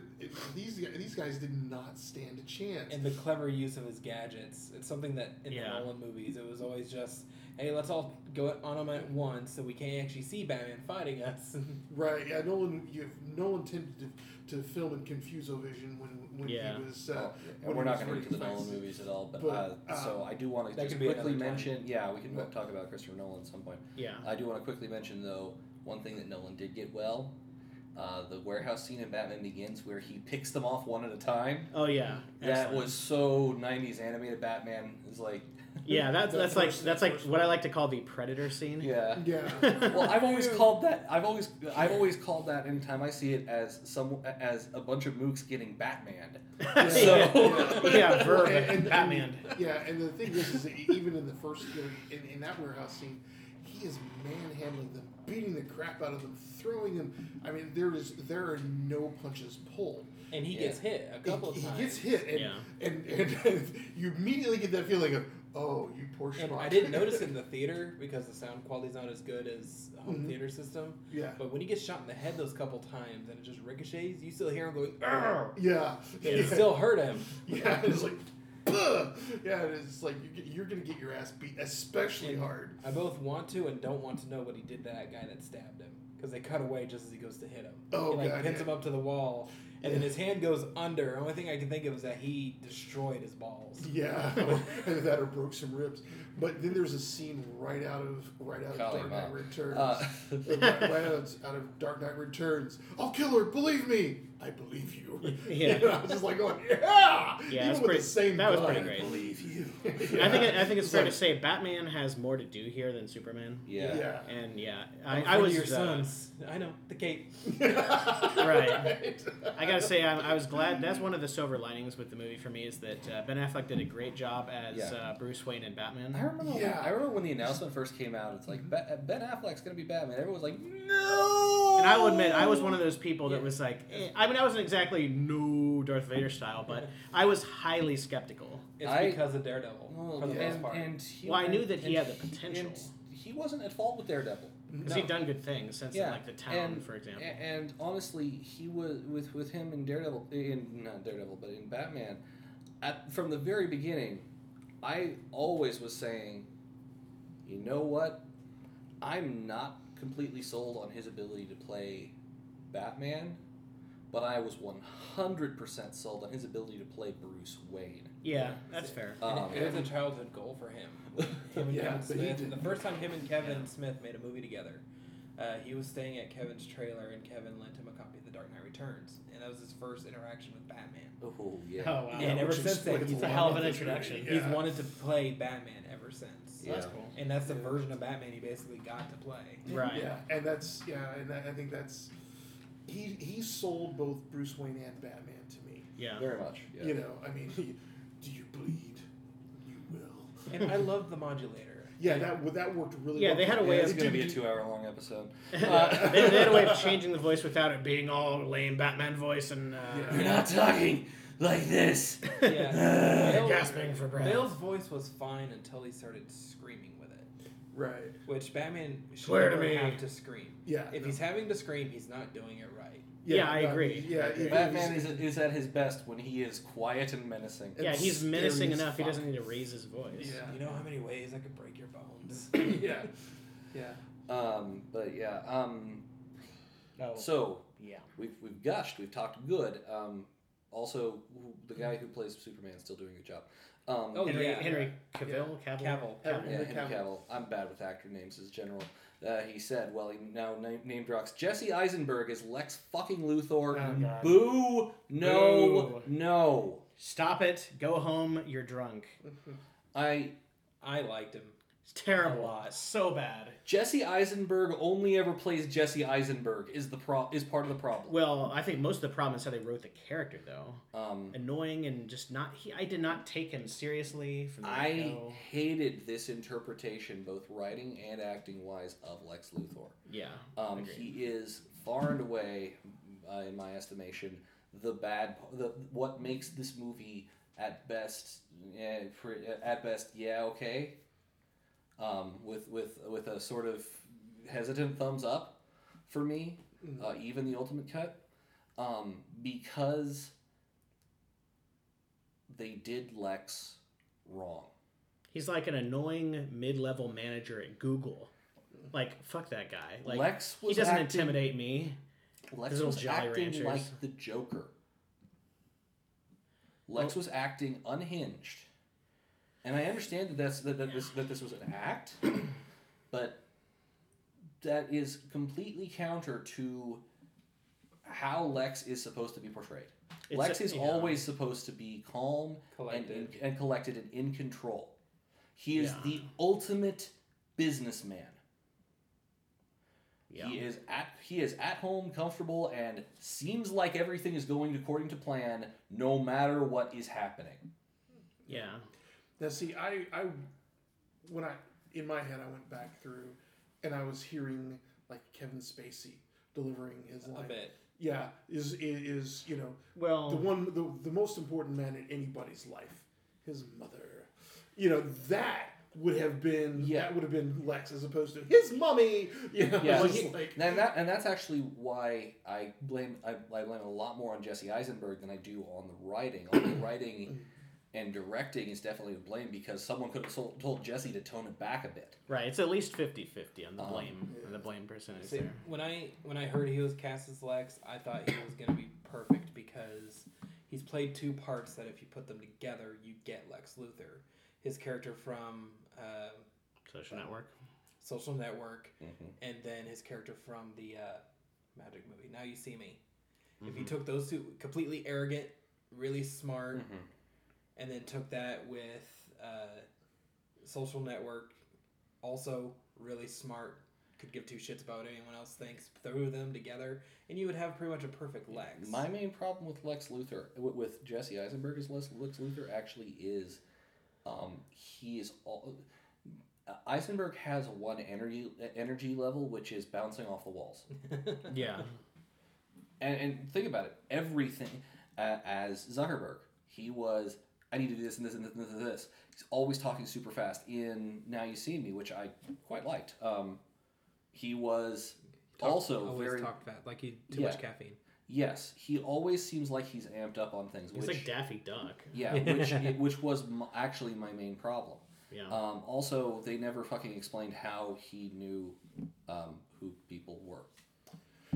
these guys- these guys did not stand a chance. and the clever use of his gadgets. It's something that in Yeah. the Nolan movies, it was always just, hey, let's all go on them at once so we can't actually see Batman fighting us. Right. Yeah. Nolan, you have Nolan tended to, to film in Confuso vision when when Yeah. he was. Uh, and when Oh, we're he not was going to get to the very Nolan fast. movies at all, but, But, uh, so um, I do want to that just could be quickly another time. mention. Yeah, we can But- talk about Christopher Nolan at some point. Yeah. I do want to quickly mention though one thing that Nolan did get well. Uh, the warehouse scene in Batman Begins, where he picks them off one at a time, Oh yeah. that Excellent. was so '90s animated. Batman is like, Yeah, that's The that's like first- that's the like first what I one. like to call the predator scene. yeah. Yeah. Well, I've always called that. I've always, I've always called that. Anytime I see it as some, as a bunch of mooks getting Batmaned. So- yeah, yeah verb And- and- Batman. yeah. And the thing is, is that even in the first you know, in, in that warehouse scene, he is manhandling them, beating the crap out of them, throwing them. I mean, there is there are no punches pulled. and he Yeah. gets hit a He, couple he of times. gets hit, and, Yeah. and, and, you immediately get that feeling of, oh, you poor And schmuck. I didn't notice it in the theater because the sound quality's not as good as a home Mhm. theater system. yeah. But when he gets shot in the head those couple times and it just ricochets, you still hear him going, "Argh!" Yeah. and yeah. it still hurt him. Yeah, it's like, "Ugh." yeah, it's like you're, you're gonna get your ass beat, especially Yeah. hard. I both want to and don't want to know what he did to that guy that stabbed him because they cut away just as he goes to hit him. Oh, he like God, pins yeah. him up to the wall, and then Yeah. his hand goes under. Only thing I can think of is that he destroyed his balls. Yeah, either that or broke some ribs. But then there's a scene right out of right out of Golly, Dark Mom. Knight Returns. Uh, right, right out, of, out of Dark Knight Returns. I'll kill her. Believe me. I believe you. Yeah. You know, I was just like going, yeah. Even that's with pretty- the same that was gun. pretty great. believe you. I think it, I think it's It's fair like- to say Batman has more to do here than Superman. Yeah. And yeah, I'm I, afraid I of was your uh, sons. I know the cape. Yeah. Right. I gotta say, I, I was glad. That's one of the silver linings with the movie for me is that uh, Ben Affleck did a great job as Yeah. uh, Bruce Wayne and Batman. I remember. When, Yeah. I remember when the announcement first came out. It's Mm-hmm. like "Ba- Ben Affleck's gonna be Batman. Everyone was like, no. And I will admit, I was one of those people that Yeah. was like, eh. I mean, I wasn't exactly no Darth Vader style, but I was highly skeptical. It's I- Oh, because of Daredevil Well, for the yeah. most part. and he, Well, I and- knew that he and had the potential. and he wasn't at fault with Daredevil. Because he'd done good things since, Yeah, like, The Town, and- for example. A- And honestly, he was with with him in Daredevil, in not Daredevil, but in Batman. At, from the very beginning, I always was saying, you know what? I'm not completely sold on his ability to play Batman, but I was 100% sold on his ability to play Bruce Wayne. yeah, that's fair. And Um, it, it was a childhood goal for him. Him and Yeah, Kevin but he Smith. did- The first time him and Kevin Smith made a movie together, uh, he was staying at Kevin's trailer, and Kevin lent him a copy of The Dark Knight Returns, and that was his first interaction with Batman. oh, yeah. Oh, wow. and ever which since then, explains he's a a hell of lot an of- introduction. Yeah. He's wanted to play Batman ever since, That's Yeah. cool. and that's the Yeah. version of Batman he basically got to play. Right. Yeah, and that's yeah, and that, I think that's he he sold both Bruce Wayne and Batman to me. Yeah. Very much. Yeah. You know, I mean, he, do you bleed? You will. And I love the modulator. Yeah, that wo- that worked really. Yeah, well they had a for me. way Yeah, it's of- It going to be a didn't- two hour long episode. Uh, they, they had a way of changing the voice without it being all lame Batman voice and uh, Yeah. You're not talking like this. Yeah. Bale- gasping for breath. Bale's voice was fine until he started screaming with it, Right. which Batman should Swear to never me. have to scream. Yeah. If no. he's having to scream, he's not doing it right. Yeah, I agree. Yeah, if Batman he's- is, is at his best when he is quiet and menacing. yeah, it's he's menacing scary as enough. He fuck. doesn't need to raise his voice. Yeah. You know how many ways I could break your bones? yeah. Yeah. Um, but yeah. Um, Oh. so yeah. we've we've gushed. We've talked good. Um, also, who- the guy who plays Superman's still doing a good job. Um, Oh, Henry, yeah. Henry Cavill, Cavill, Cavill. yeah, Henry Henry Cavill. Cavill. I'm bad with actor names as general. Uh, he said, well, he now na- name drops Jesse Eisenberg as Lex fucking Luthor. Oh, God. Boo! No, Boo. no. Stop it. Go home. You're drunk. Mm-hmm. I I liked him. It's terrible. A lot. So bad. Jesse Eisenberg only ever plays Jesse Eisenberg is the pro- is part of the problem. Well, I think most of the problem is how they wrote the character, though. Um, Annoying and just not. He, I did not take him seriously from the I get-go. hated this interpretation, both writing and acting wise, of Lex Luthor. Yeah. Um, Agreed. he is far and away, uh, in my estimation, the bad. The what makes this movie at best, eh, pre- at best, yeah, okay. Um, with with with a sort of hesitant thumbs up for me. uh, even the Ultimate Cut, um, because they did Lex wrong. He's like an annoying mid-level manager at Google. Like fuck that guy. Like Lex he was doesn't acting- intimidate me. Lex His was little Jolly acting Ranchers. like the Joker. Lex was acting unhinged, and I understand that that's that, that this that this was an act, but that is completely counter to how Lex is supposed to be portrayed. It's Lex a- is yeah. always supposed to be calm and, in, Collected. and collected and in control. He is Yeah. the ultimate businessman. Yeah. He is at he is at home, comfortable, and seems like everything is going according to plan, no matter what is happening. Yeah. Now, see, I, I, when I, in my head, I went back through, and I was hearing like Kevin Spacey delivering his A line. bit. Yeah, is is, is you know Well, Um, the one the, the most important man in anybody's life, his mother. You know that would have been Yeah. that would have been Lex as opposed to his mummy. You know, Yeah, it's well, just he- like, And that and that's actually why I blame I, I blame a lot more on Jesse Eisenberg than I do on the writing. On the writing and directing is definitely to blame because someone could have told, told Jesse to tone it back a bit. right. It's at least 50-50 on the Um, blame. on yeah. the blame percentage See, there. when I when I heard he was cast as Lex, I thought he was gonna be perfect because he's played two parts that if you put them together, you get Lex Luthor. His character from uh, Social network. Social Network, and then his character from the uh, Magic movie. Now you see me. If you took those two, completely arrogant, really smart, and then took that with uh, Social Network, also really smart, could give two shits about what anyone else thinks, threw them together, and you would have pretty much a perfect Lex. My main problem with Lex Luthor, with- with Jesse Eisenberg, is Lex, Lex Luthor actually is, um, he is all. uh, Eisenberg has one energy e, energy level which is bouncing off the walls. Yeah. And, and think about it. Everything uh, as Zuckerberg, he was. I need to do this and this and this and this and this. He's always talking super fast. In Now You See Me, which I quite liked. Um, he was also always very talked fat, like you too Yeah. much caffeine. yes. He always seems like he's amped up on things. He's which, like Daffy Duck. Yeah, which which was m- actually my main problem. Yeah. Um, also, they never fucking explained how he knew um, who people were.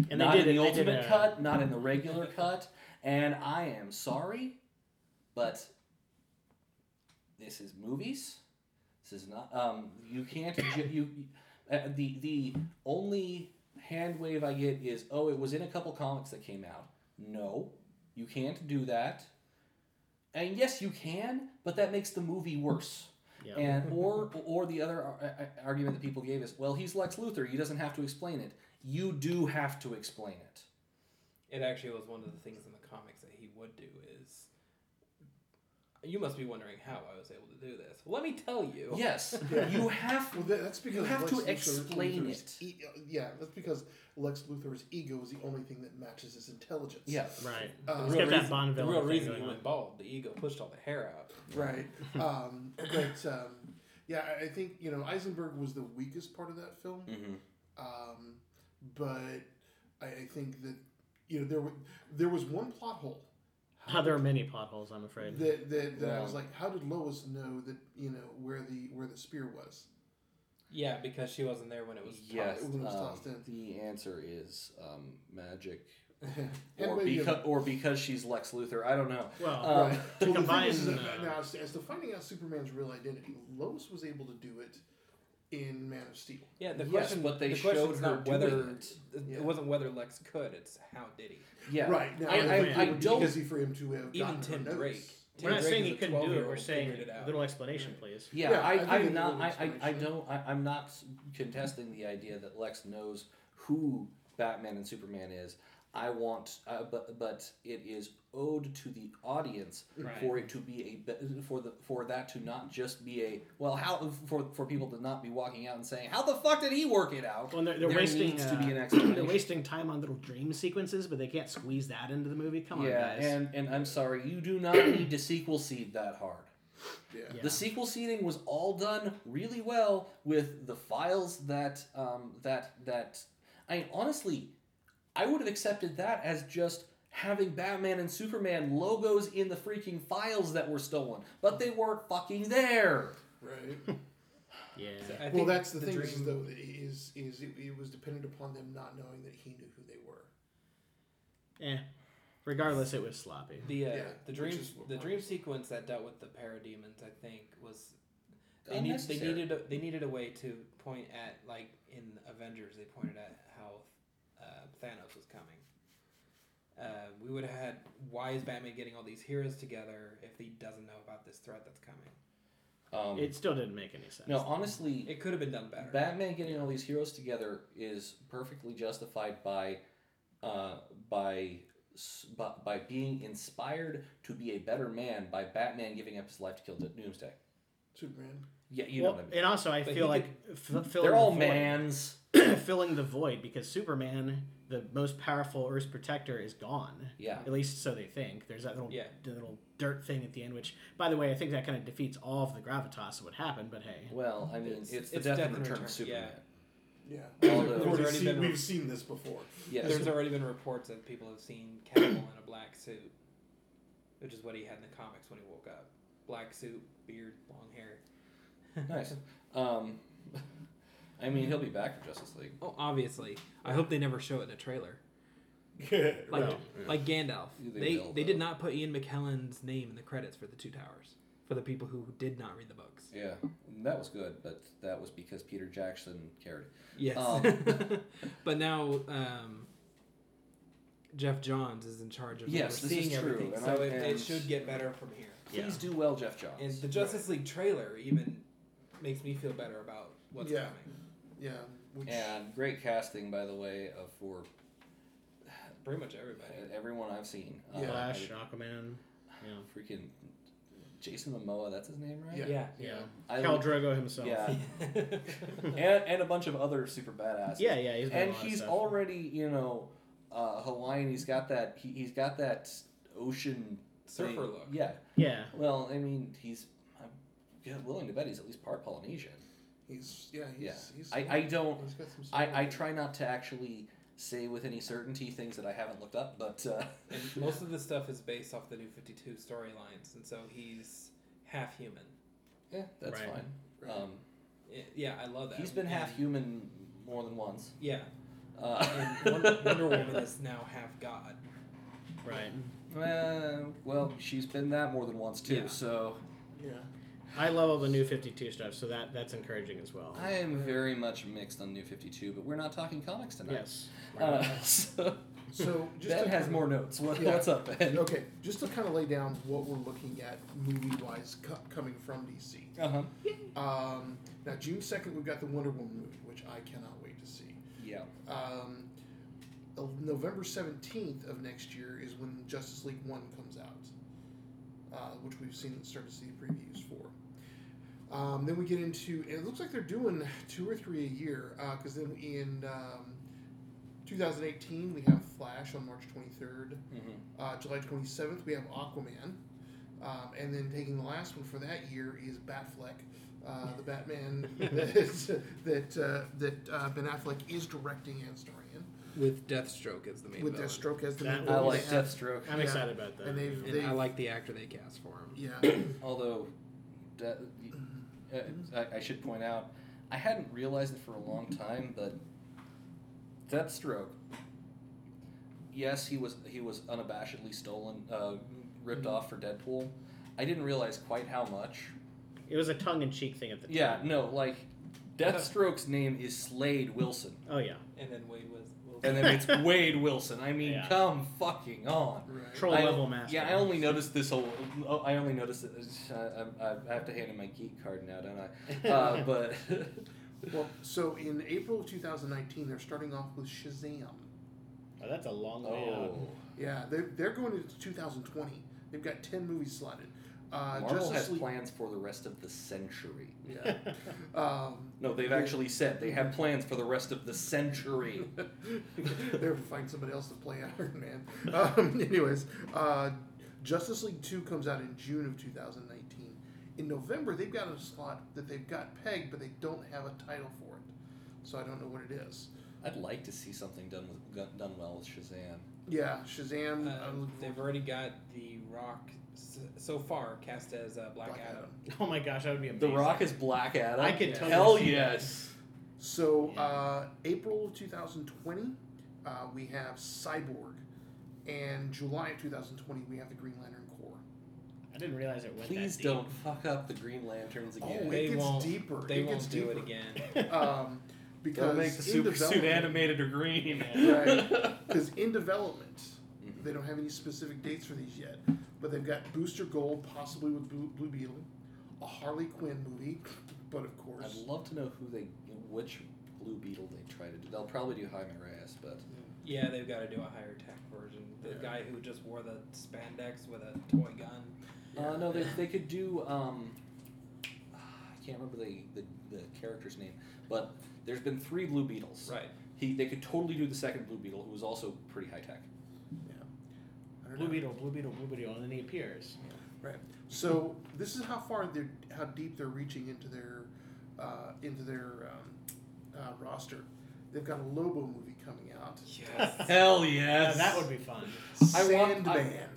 and not in the they ultimate a- cut, not in the regular cut, and I am sorry, but this is movies. This is not. Um, you can't. ju- you uh, the the only hand wave I get is oh, it was in a couple comics that came out. No, you can't do that. And yes, you can, but that makes the movie worse. Yeah. And or or the other ar- ar- argument that people gave is, well, he's Lex Luthor. He doesn't have to explain it. You do have to explain it. It actually was one of the things in the comics that he would do is. You must be wondering how I was able to do this. Let me tell you. Yes, Yeah. you have. Well, that, that's because have Lex to Luthor- explain Luthor's e- yeah, that's because Lex Luthor's ego is the only thing that matches his intelligence. Yeah. Right. Uh, He's real got that reason- Bonneville. The real thing reason going he on. went bald, the ego pushed all the hair out. Right. um, but um, yeah, I- I think you know Eisenberg was the weakest part of that film. Mhm. Um, but I, I think that you know there were, there was one plot hole. Ah, there are many potholes, I'm afraid. That, that, that I was Yeah. like, how did Lois know that you know where the where the spear was? Yeah, because she wasn't there when it was. Yes. tossed. When it was um, tossed in. the answer is um, magic, or Anyway, you know, because or because she's Lex Luthor. I don't know. well, Um, right. to well, the thing combine, is, is that, uh, now, as, as to finding out Superman's real identity, Lois was able to do it in Man of Steel. Yeah, the Yes, question. but they the question's showed her not whether doing it. it. Yeah. wasn't whether Lex could. It's how did he? Yeah. Right. Now, I, I, think it I, would be don't. easy for him to have Even gotten her Tim notes. Drake. we're not Tim Drake saying is he a couldn't do it. 12-year-old We're saying figured it out. little explanation, please. Yeah, Yeah, I think I, it I'm would not. be I, I, I explanation. don't. I, I'm not contesting the idea that Lex knows who Batman and Superman is. I want, uh, but but it is owed to the audience Right. for it to be a be- for the for that to not just be a well how for for people to not be walking out and saying how the fuck did he work it out? Well, and they're, they're there wasting. needs uh, to be an they're explanation. wasting time on little dream sequences, but they can't squeeze that into the movie. Come on, yeah, guys. and and I'm sorry, you do not need to sequel seed that hard. Yeah. Yeah. The sequel seeding was all done really well with the files that um, that that I honestly I would have accepted that as just having Batman and Superman logos in the freaking files that were stolen, but they weren't fucking there. Right. Yeah. So I well, think that's the, thing dream, is though is is it, it was dependent upon them not knowing that he knew who they were. Eh. Regardless, it was sloppy. The uh, Yeah, the which dream is what the mine dream was. sequence that dealt with the parademons, I think, was they, need, they Unnecessary. needed a, they needed a way to point at like in Avengers they pointed at how uh, Thanos was coming. Uh, we would have had why is Batman getting all these heroes together if he doesn't know about this threat that's coming? Um, It still didn't make any sense. no, honestly, It could have been done better. Batman getting all these heroes together is perfectly justified by, uh, by, s- by, by being inspired to be a better man by Batman giving up his life to kill Doomsday. Superman. Yeah, you Well, know what I mean. and also I But feel he like f- filling They're the all void- mans. filling the void because Superman, the most powerful Earth's protector, is gone. Yeah. At least so they think. There's that little Yeah. the little dirt thing at the end, which, by the way, I think that kind of defeats all of the gravitas of what happened. But hey, Well, I mean, It's- it's, the it's death, and return of Return, yeah. Superman. Yeah. Although- We've There's already seen- been- we've seen this before. Yes. There's already been reports that people have seen Cavill in a black suit, which is what he had in the comics when he woke up. Black suit, beard, long hair. Nice. Um, I mean, he'll be back for Justice League. Oh, obviously. I hope they never show it in a trailer. Like, right. like Gandalf. They They they, will, did though. not put Ian McKellen's name in the credits for the Two Towers for the people who did not read the books. Yeah, that was good, but that was because Peter Jackson carried. Yes. Um. but now um, Jeff Johns is in charge of Yes, overseeing this is true. everything. And so I- it, it and- should get better from here. Yeah. Please do well, Jeff Johns. And the Justice League trailer even makes me feel better about what's Yeah. coming. Yeah. Which, And great casting, by the way, of for Pretty much everybody. uh, everyone I've seen. Yeah. Flash, Aquaman, I- freaking Jason Momoa, that's his name, right? Yeah. yeah, I, Cal Drogo himself. Yeah. and, Yeah. and a bunch of other super badasses. yeah, yeah, He's been in and a lot of he's stuff. already you know uh, Hawaiian. He's got that. He, he's got that ocean Surfer thing. look. Yeah. yeah. Well, I mean, he's. I'm yeah, willing to bet he's at least part Polynesian. He's yeah. He's, He's, I, I don't. he's got some. I, I try not to actually say with any certainty things that I haven't looked up, but uh, And most of the stuff is based off the new 52 storylines, and so he's half human. yeah, that's Right. fine. Right. Um, I- Yeah, I love that. he's been And- half human more than once. Yeah, Uh, and Wonder, Wonder Woman is now half god. Right. Uh, well, she's been that more than once too. Yeah. So yeah. I love all the new Fifty Two stuff, so that that's encouraging as well. I am very much mixed on New Fifty Two, but we're not talking comics tonight. yes. Uh, so So just ben to has kinda- more notes. What, Yeah. What's up, Ben? Okay, just to kind of lay down what we're looking at movie-wise co- coming from DC. Uh huh. Um, now June second, we've got the Wonder Woman movie, which I cannot wait to see. Yeah. Um, uh, November seventeenth of next year is when Justice League One comes out, uh, which we've seen started to see previews for. Um, then we get into and it looks like they're doing two or three a year because then in um, 2018 we have Flash on March 23rd. Mm-hmm. Uh, July 27th, we have Aquaman. Um, and then taking the last one for that year is Batfleck, uh, the Batman that that, uh, that uh, Ben Affleck is directing and starring in, With Deathstroke as the main with villain. Deathstroke as the That main will I be villain. like They have- Deathstroke. I'm Yeah. excited about that. And they've- And I They've- like the actor they cast for him. Yeah, Although, de- uh, I, I should point out, I hadn't realized it for a long time, but Deathstroke. Yes, he was he was unabashedly stolen, uh, ripped Mm-hmm. off for Deadpool. I didn't realize quite how much. it was a tongue in cheek thing at the time. Yeah, no, like Deathstroke's name is Slade Wilson, Oh yeah. And then Wade was. was and then it's Wade Wilson. I mean, Yeah. come fucking on. right. Troll I- level master. Yeah, I only noticed this whole. oh, I only noticed it. it's, uh, I, I- I have to hand in my geek card now, don't I? Uh, but Well, so in April of 2019, they're starting off with Shazam. Oh, that's a long way out. oh, Yeah, they're, they're going into 2020. They've got 10 movies slotted. Uh, Marvel Justice has League. plans for the rest of the century. Yeah. Um, No, they've actually said they have plans for the rest of the century. They're find somebody else to play Iron Man. Um, anyways, uh, Justice League Two comes out in June of 2019. In November, they've got a slot that they've got pegged, but they don't have a title for it, so I don't know what it is. I'd like to see something done with gu- done well with Shazam. Yeah, Shazam. Uh, I'm looking they've forward already got The Rock s- so far cast as uh, Black, Black Adam. Adam. Oh my gosh, that would be The amazing. Rock is Black Adam. I could Yeah. totally Hell see that. yes. to- So Yeah. uh, April of 2020, uh, we have Cyborg, and July of 2020 we have the Green Lantern Corps. I didn't realize it went Please that don't fuck up the Green Lanterns again. Oh, They it gets won't- deeper. They it won't gets do deeper. it again. deep. Um, because Don't make the in super suit development- animated or green. Right. Because in development, Mhm. they don't have any specific dates for these yet, but they've got Booster Gold, possibly with Blue, Blue Beetle, a Harley Quinn movie, but of I'd course, love to know who they, which Blue Beetle they try to do. They'll probably do Jaime Reyes, but Yeah, they've got to do a higher tech version. The Yeah. guy who just wore the spandex with a toy gun. uh, no, they, they could do. Um, ah, I can't remember the, the the character's name, but there's been three Blue Beetles. Right. He they could totally do the second Blue Beetle, who was also pretty high tech. I don't Blue know. Beetle, Blue Beetle, Blue Beetle, and then he appears. So this is how far they're, how deep they're reaching into their, uh, into their um, uh, roster. They've got a Lobo movie coming out. Yes. Hell Yeah, yes! that would be fun. I want- Sandman.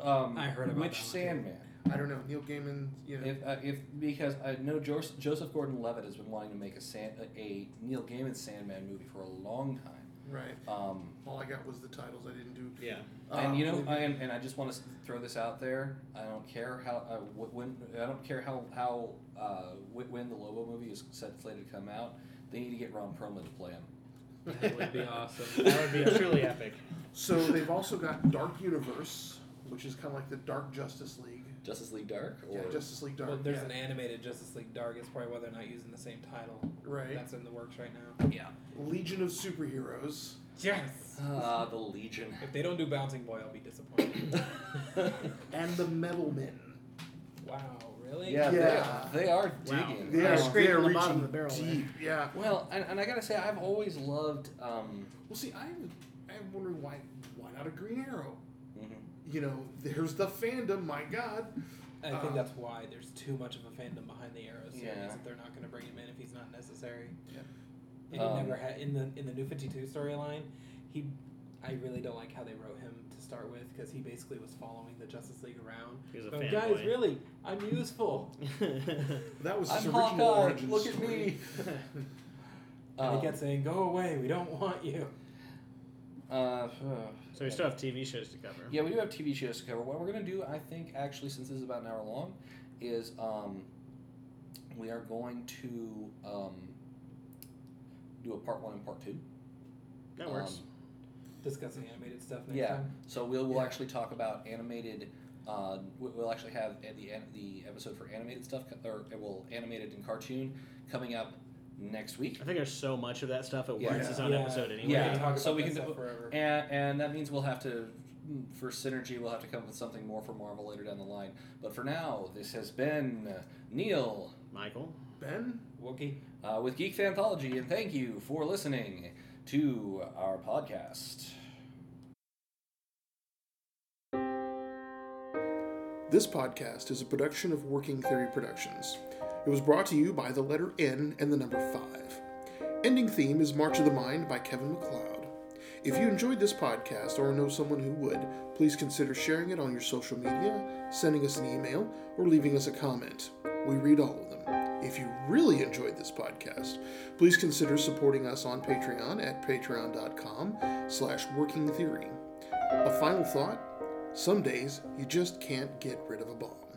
Um, I heard about which that one, too. Sandman. I don't know Neil Gaiman. You know, If, uh, if because I know Jos- Joseph Gordon-Levitt has been wanting to make a San, a Neil Gaiman Sandman movie for a long time. right? Um, All I got was the titles. I didn't do. Yeah. Um, and you know, I, and, and I just want to throw this out there. I don't care how uh, wh- when I don't care how how uh, wh- when the Lobo movie is set slated to come out. They need to get Ron Perlman to play him. That would be awesome. That would be truly epic. So they've also got Dark Universe, which is kind of like the Dark Justice League. Justice League Dark or Yeah, Justice League Dark. Well, there's yeah. an animated Justice League Dark. It's probably why they're not using the same title. right That's in the works right now. yeah. Legion of Superheroes. Yes. Ah, the Legion. If they don't do Bouncing Boy, I'll be disappointed. and the Metal Men. wow, really? yeah, Yeah. They, they are Wow. digging. They They're are, scraping they are the reaching bottom of the barrel there. deep. Yeah. Well, and, and I gotta say, I've always loved. Um, Well, see, I'm I'm wondering why why not a Green Arrow? mhm. You know, there's the fandom. My God. I think Uh, that's why there's too much of a fandom behind the Arrow series. Yeah. That they're not going to bring him in if he's not necessary. Yeah. And Um, he never had in the in the New Fifty Two storyline. He, I really don't like how they wrote him to start with because he basically was following the Justice League around. He's a But fanboy. Oh, guys, really, I'm useful. That was his I'm original Hawkeye. origin Look at story. me. And Um, he kept saying, "Go away, we don't want you." uh, so we still have TV shows to cover. Yeah, we do have TV shows to cover. What we're gonna do, I think, actually, since this is about an hour long, is um, we are going to um, do a part one and part two. That works. Um, Discussing animated stuff next Yeah. time. so we'll, we'll Yeah. actually talk about animated. Uh, we- we'll actually have at the end the episode for animated stuff, co- or uh, well, animated and cartoon coming up next week. I think there's so much of that stuff at Yeah. once. It's on Yeah. episode We anyway. Yeah. can talk about So we that can do- stuff forever. And, and that means we'll have to, for synergy, we'll have to come up with something more for Marvel later down the line. But for now, this has been Neil Michael. Ben. Wookie. uh, with Geek Anthology, and thank you for listening to our podcast. This podcast is a production of Working Theory Productions. It was brought to you by the letter N and the number 5. Ending theme is March of the Mind by Kevin McLeod. If you enjoyed this podcast or know someone who would, please consider sharing it on your social media, sending us an email, or leaving us a comment. We read all of them. If you really enjoyed this podcast, please consider supporting us on Patreon at patreon.com slash working theory. A final thought? Some days you just can't get rid of a bomb.